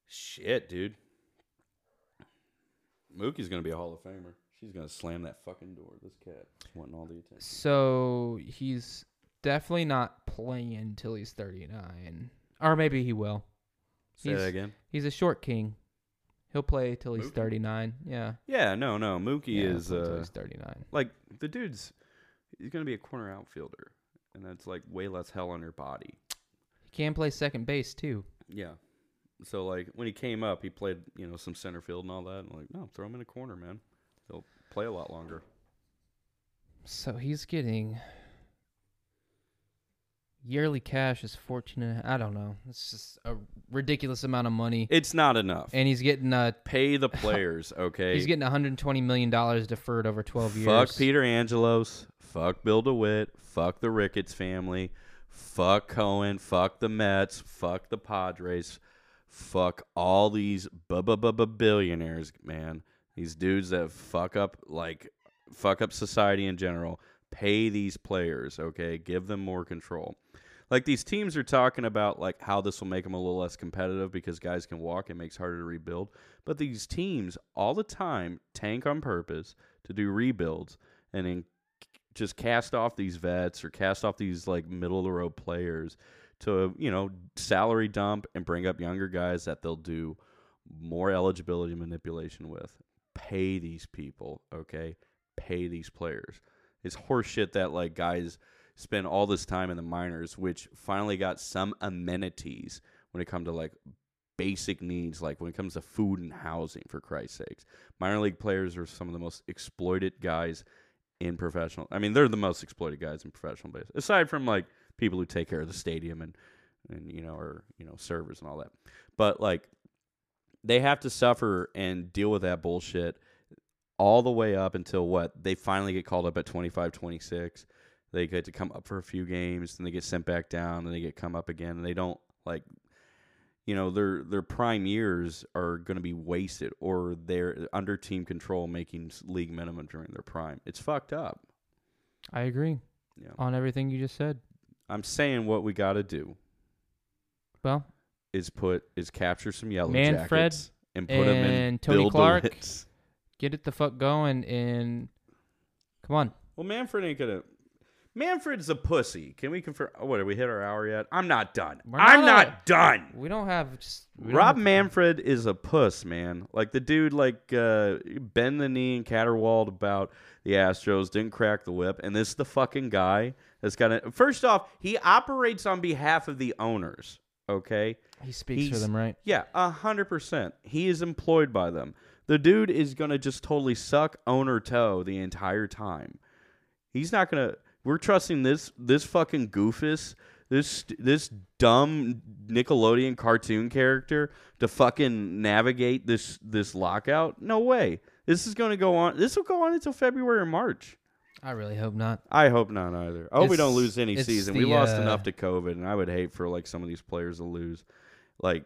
[SPEAKER 2] Shit, dude. Mookie's going to be a Hall of Famer. She's going to slam that fucking door. This cat wanting all the attention.
[SPEAKER 1] So he's definitely not playing until he's thirty nine, or maybe he will.
[SPEAKER 2] Say
[SPEAKER 1] He's-
[SPEAKER 2] that again.
[SPEAKER 1] He's a short king. He'll play till he's
[SPEAKER 2] Mookie?
[SPEAKER 1] thirty nine. Yeah.
[SPEAKER 2] Yeah, no, no. Mookie
[SPEAKER 1] Yeah,
[SPEAKER 2] is
[SPEAKER 1] play till
[SPEAKER 2] uh,
[SPEAKER 1] he's thirty nine.
[SPEAKER 2] like the dude's he's going to be a corner outfielder and that's like way less hell on your body.
[SPEAKER 1] He can play second base too.
[SPEAKER 2] Yeah. So like when he came up, he played, you know, some center field and all that and like, no, throw him in a corner, man. He'll play a lot longer.
[SPEAKER 1] So he's getting yearly cash is fourteen and a half. I don't know. It's just a ridiculous amount of money.
[SPEAKER 2] It's not enough.
[SPEAKER 1] And he's getting uh
[SPEAKER 2] Pay the players, okay?
[SPEAKER 1] He's getting 120 million dollars deferred over 12 years.
[SPEAKER 2] Fuck Peter Angelos. Fuck Bill DeWitt. Fuck the Ricketts family. Fuck Cohen. Fuck the Mets. Fuck the Padres. Fuck all these bu- bu- bu- bu- billionaires, man. These dudes that fuck up like fuck up society in general. Pay these players, okay? Give them more control. Like these teams are talking about like how this will make them a little less competitive because guys can walk, it makes it harder to rebuild. But these teams all the time tank on purpose to do rebuilds and then just cast off these vets or cast off these like middle of the road players to you know salary dump and bring up younger guys that they'll do more eligibility manipulation with. Pay these people, okay? Pay these players. It's horseshit that like guys spend all this time in the minors, which finally got some amenities when it comes to like basic needs, like when it comes to food and housing, for Christ's sakes. Minor league players are some of the most exploited guys in professional. I mean, they're the most exploited guys in professional baseball, aside from like people who take care of the stadium and and you know or you know servers and all that. But like they have to suffer and deal with that bullshit all the way up until what they finally get called up at 25 26 they get to come up for a few games then they get sent back down and they get come up again and they don't like you know their their prime years are going to be wasted or they're under team control making s- league minimum during their prime it's fucked up
[SPEAKER 1] I agree
[SPEAKER 2] yeah
[SPEAKER 1] on everything you just said.
[SPEAKER 2] i'm saying what we got to do
[SPEAKER 1] Well,
[SPEAKER 2] is put is capture some yellow
[SPEAKER 1] Manfred
[SPEAKER 2] jackets and put them in
[SPEAKER 1] and Tony
[SPEAKER 2] Bill
[SPEAKER 1] Clark.
[SPEAKER 2] DeWitt's.
[SPEAKER 1] get it the fuck going and come on.
[SPEAKER 2] (laughs) Well, Manfred ain't gonna. Manfred's a pussy. Can we confirm? oh, What? Have we hit our hour yet? I'm not done.
[SPEAKER 1] We're
[SPEAKER 2] I'm
[SPEAKER 1] not.
[SPEAKER 2] not done.
[SPEAKER 1] We don't have just we don't
[SPEAKER 2] Rob
[SPEAKER 1] have-
[SPEAKER 2] Manfred is a puss, man. Like the dude, like uh, bend the knee and caterwauled about the Astros, didn't crack the whip, and this is the fucking guy that's got to. First off, he operates on behalf of the owners. Okay.
[SPEAKER 3] He speaks for
[SPEAKER 2] He's-
[SPEAKER 3] them, right?
[SPEAKER 2] Yeah, a hundred percent. He is employed by them. The dude is gonna just totally suck owner toe the entire time. He's not gonna. We're trusting this this fucking goofus, this this dumb Nickelodeon cartoon character to fucking navigate this this lockout. No way. This is gonna go on. This will go on until February or March.
[SPEAKER 3] I really hope not.
[SPEAKER 2] I hope not either. I hope we
[SPEAKER 3] It's-
[SPEAKER 2] don't lose any
[SPEAKER 3] it's
[SPEAKER 2] season. we
[SPEAKER 3] the,
[SPEAKER 2] lost
[SPEAKER 3] uh,
[SPEAKER 2] enough to COVID, and I would hate for like some of these players to lose. Like,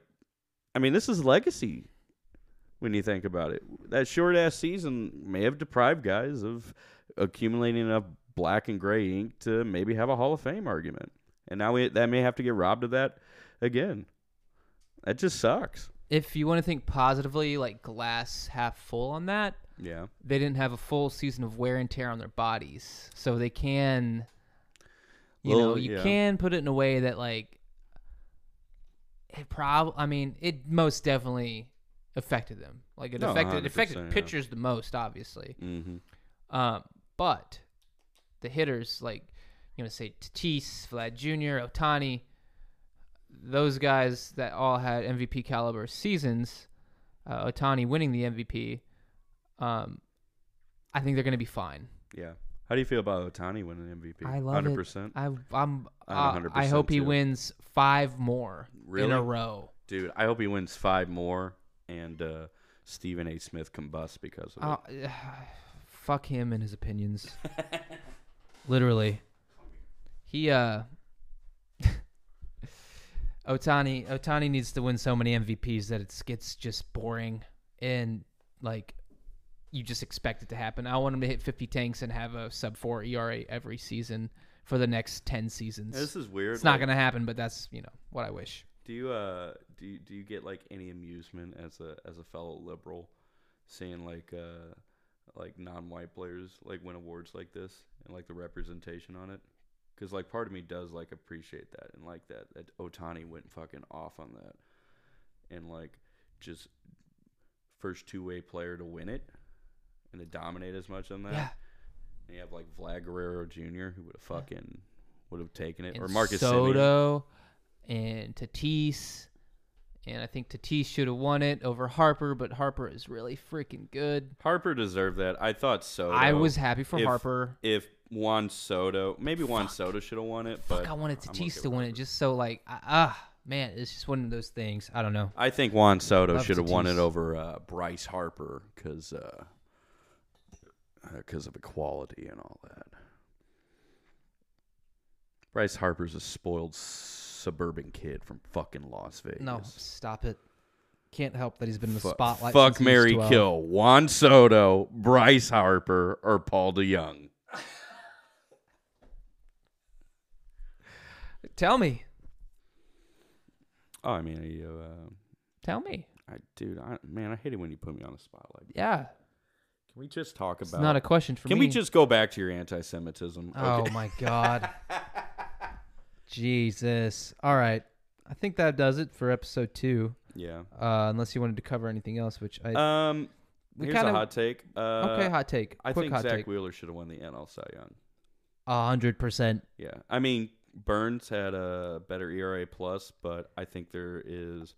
[SPEAKER 2] I mean, this is legacy when you think about it. That short ass season may have deprived guys of accumulating enough black and gray ink to maybe have a Hall of Fame argument, and now we that may have to get robbed of that again. That just sucks.
[SPEAKER 1] If you want to think positively, like glass half full on that,
[SPEAKER 2] Yeah.
[SPEAKER 1] they didn't have a full season of wear and tear on their bodies, so they can, you know,
[SPEAKER 2] Well,
[SPEAKER 1] you
[SPEAKER 2] yeah.
[SPEAKER 1] can put it in a way that like it prob. I mean, it most definitely affected them. Like it
[SPEAKER 2] No,
[SPEAKER 1] affected it affected
[SPEAKER 2] 100%, yeah.
[SPEAKER 1] pitchers the most, obviously.
[SPEAKER 2] Mm-hmm.
[SPEAKER 1] Um, but the hitters, like you know, say Tatis, Vlad Jr., Otani, those guys that all had MVP caliber seasons, uh, Otani winning the MVP, um, I think they're going to be fine.
[SPEAKER 2] Yeah. How do you feel about Otani winning MVP?
[SPEAKER 1] I love it.
[SPEAKER 2] 100%.
[SPEAKER 1] I I'm uh,
[SPEAKER 2] I'm 100%
[SPEAKER 1] I hope he
[SPEAKER 2] too.
[SPEAKER 1] wins five more in
[SPEAKER 2] Really?
[SPEAKER 1] a row.
[SPEAKER 2] Dude, I hope he wins five more and uh, Stephen A. Smith combusts because of
[SPEAKER 1] Uh,
[SPEAKER 2] it.
[SPEAKER 1] (sighs) fuck him and his
[SPEAKER 2] (laughs)
[SPEAKER 1] opinions. Literally. He uh (laughs) Otani Otani needs to win so many MVPs that it gets just boring and like you just expect it to happen. I want him to hit 50 tanks and have a sub 4 ERA every season for the next 10 seasons.
[SPEAKER 2] This is weird.
[SPEAKER 1] it's not
[SPEAKER 2] like,
[SPEAKER 1] going to happen, but that's, you know, what I wish.
[SPEAKER 2] Do you uh do you, do you get like any amusement as a as a fellow liberal seeing like uh like non-white players like win awards like this and like the representation on it? Because like part of me does like appreciate that and like that that Otani went fucking off on that and like just first two-way player to win it and to dominate as much on that.
[SPEAKER 1] Yeah.
[SPEAKER 2] And you have like Vlad Guerrero Jr. who would have fucking would have taken it,
[SPEAKER 1] and
[SPEAKER 2] or Marcus Simeon.
[SPEAKER 1] Soto and Tatis. And I think Tatis should have won it over Harper, but Harper is really freaking good.
[SPEAKER 2] Harper deserved that. I thought Soto.
[SPEAKER 1] I was happy for
[SPEAKER 2] if-
[SPEAKER 1] Harper.
[SPEAKER 2] if Juan Soto, maybe Juan Soto should have won it, but
[SPEAKER 1] Fuck, I wanted
[SPEAKER 2] I'm
[SPEAKER 1] Tatis
[SPEAKER 2] okay
[SPEAKER 1] to
[SPEAKER 2] with
[SPEAKER 1] win it
[SPEAKER 2] Harper.
[SPEAKER 1] just so like I- ah man, it's just one of those things. I don't know.
[SPEAKER 2] I think Juan Soto
[SPEAKER 1] Love
[SPEAKER 2] should have won
[SPEAKER 1] Tatis.
[SPEAKER 2] it over uh, Bryce Harper because because of equality and all that. Bryce Harper's a spoiled suburban kid from fucking Las Vegas.
[SPEAKER 1] No, stop it. Can't help that he's been in the
[SPEAKER 2] Fu-
[SPEAKER 1] spotlight. since
[SPEAKER 2] Fuck
[SPEAKER 1] he was
[SPEAKER 2] Mary
[SPEAKER 1] 12.
[SPEAKER 2] Kill, Juan Soto, Bryce Harper, or Paul DeYoung.
[SPEAKER 1] Tell me,
[SPEAKER 2] Oh, I mean, you, uh,
[SPEAKER 1] tell me.
[SPEAKER 2] I, dude, I, man, I hate it when you put me on the spotlight.
[SPEAKER 1] Yeah,
[SPEAKER 2] Can we just talk
[SPEAKER 1] it's
[SPEAKER 2] about?
[SPEAKER 1] not a question for
[SPEAKER 2] can
[SPEAKER 1] me.
[SPEAKER 2] we just go back to your anti-Semitism?
[SPEAKER 1] Oh
[SPEAKER 2] (laughs)
[SPEAKER 1] my god.
[SPEAKER 3] Jesus. All right. I think that does it for episode two.
[SPEAKER 2] Yeah.
[SPEAKER 3] Uh, unless you wanted to cover anything else, which I
[SPEAKER 2] Um.
[SPEAKER 3] we
[SPEAKER 2] here's
[SPEAKER 3] kinda-
[SPEAKER 2] a hot take. Uh,
[SPEAKER 3] okay hot take.
[SPEAKER 2] I
[SPEAKER 3] Quick
[SPEAKER 2] think
[SPEAKER 3] hot
[SPEAKER 2] Zach
[SPEAKER 3] take.
[SPEAKER 2] Wheeler should have won the NL Cy Young.
[SPEAKER 3] A hundred percent.
[SPEAKER 2] Yeah. I mean, Burns had a better ERA plus, but I think there is.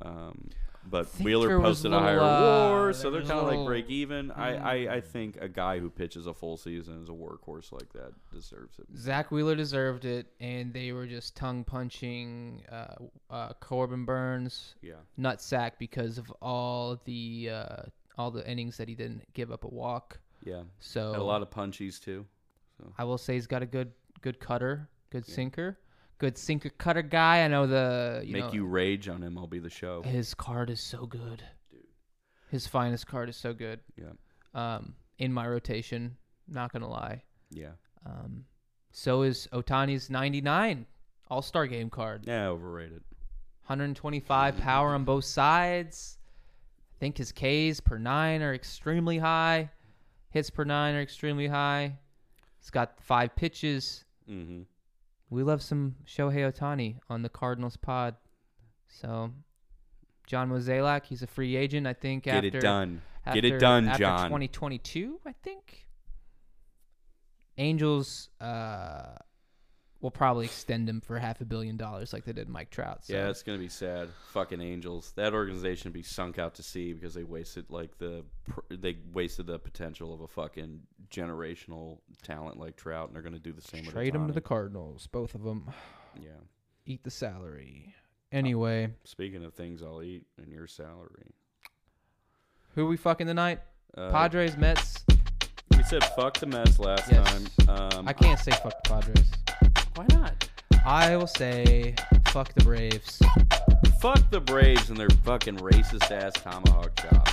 [SPEAKER 2] Um, but
[SPEAKER 1] think there
[SPEAKER 2] Wheeler
[SPEAKER 1] was
[SPEAKER 2] posted
[SPEAKER 1] a
[SPEAKER 2] a higher
[SPEAKER 1] little, uh,
[SPEAKER 2] WAR,
[SPEAKER 1] there
[SPEAKER 2] so they're
[SPEAKER 1] was
[SPEAKER 2] kind
[SPEAKER 1] a
[SPEAKER 2] of like
[SPEAKER 1] little- Hmm.
[SPEAKER 2] break even. I, I, I think a guy who pitches a full season as a workhorse like that deserves it.
[SPEAKER 1] Zach Wheeler deserved it, and they were just tongue punching uh, uh, Corbin Burns
[SPEAKER 2] Yeah.
[SPEAKER 1] nutsack because of all the uh, all the innings that he didn't give up a walk.
[SPEAKER 2] Yeah.
[SPEAKER 1] So
[SPEAKER 2] Had a lot of punchies too.
[SPEAKER 1] I will say he's got a good good cutter, good sinker, good sinker cutter guy. I know the you
[SPEAKER 2] Make
[SPEAKER 1] know
[SPEAKER 2] you rage on MLB the show.
[SPEAKER 1] his card is so good. His finest card is so good.
[SPEAKER 2] Yeah.
[SPEAKER 1] Um, in my rotation, not gonna lie.
[SPEAKER 2] Yeah.
[SPEAKER 1] Um, so is Otani's 99 All Star Game card.
[SPEAKER 2] Yeah. Overrated.
[SPEAKER 1] 125 power on both sides. I think his Ks per nine are extremely high. Hits per nine are extremely high. He's got five pitches.
[SPEAKER 2] Mm-hmm.
[SPEAKER 1] We love some Shohei Otani on the Cardinals pod. So, John Mozeliak, he's a free agent, I think.
[SPEAKER 2] Get
[SPEAKER 1] after,
[SPEAKER 2] it done.
[SPEAKER 1] After,
[SPEAKER 2] Get it done,
[SPEAKER 1] after
[SPEAKER 2] John.
[SPEAKER 1] 2022, I think. Angels, uh,
[SPEAKER 4] will probably extend him for half a billion dollars like they did Mike Trout. So.
[SPEAKER 2] Yeah, it's gonna be sad. Fucking Angels. That organization would be sunk out to sea because they wasted like the pr- they wasted the potential of a fucking generational talent like Trout, and they're gonna do the same.
[SPEAKER 1] Trade
[SPEAKER 2] with
[SPEAKER 1] him to
[SPEAKER 2] Ohtani.
[SPEAKER 1] the Cardinals, both of them.
[SPEAKER 2] Yeah.
[SPEAKER 1] Eat the salary. Anyway,
[SPEAKER 2] Speaking of things I'll eat and your salary.
[SPEAKER 1] who we fucking tonight?
[SPEAKER 2] Uh,
[SPEAKER 1] Padres, Mets.
[SPEAKER 2] We said fuck the Mets last
[SPEAKER 4] Yes.
[SPEAKER 2] time. Um,
[SPEAKER 1] I can't say fuck the Padres.
[SPEAKER 2] Why not?
[SPEAKER 1] I will say fuck the Braves.
[SPEAKER 2] Fuck the Braves and their fucking racist ass tomahawk chop.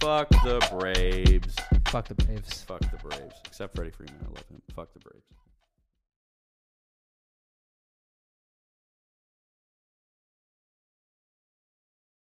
[SPEAKER 2] Fuck the Braves.
[SPEAKER 1] Fuck the Braves.
[SPEAKER 2] Fuck the Braves. Except Freddie Freeman. I love him. Fuck the Braves.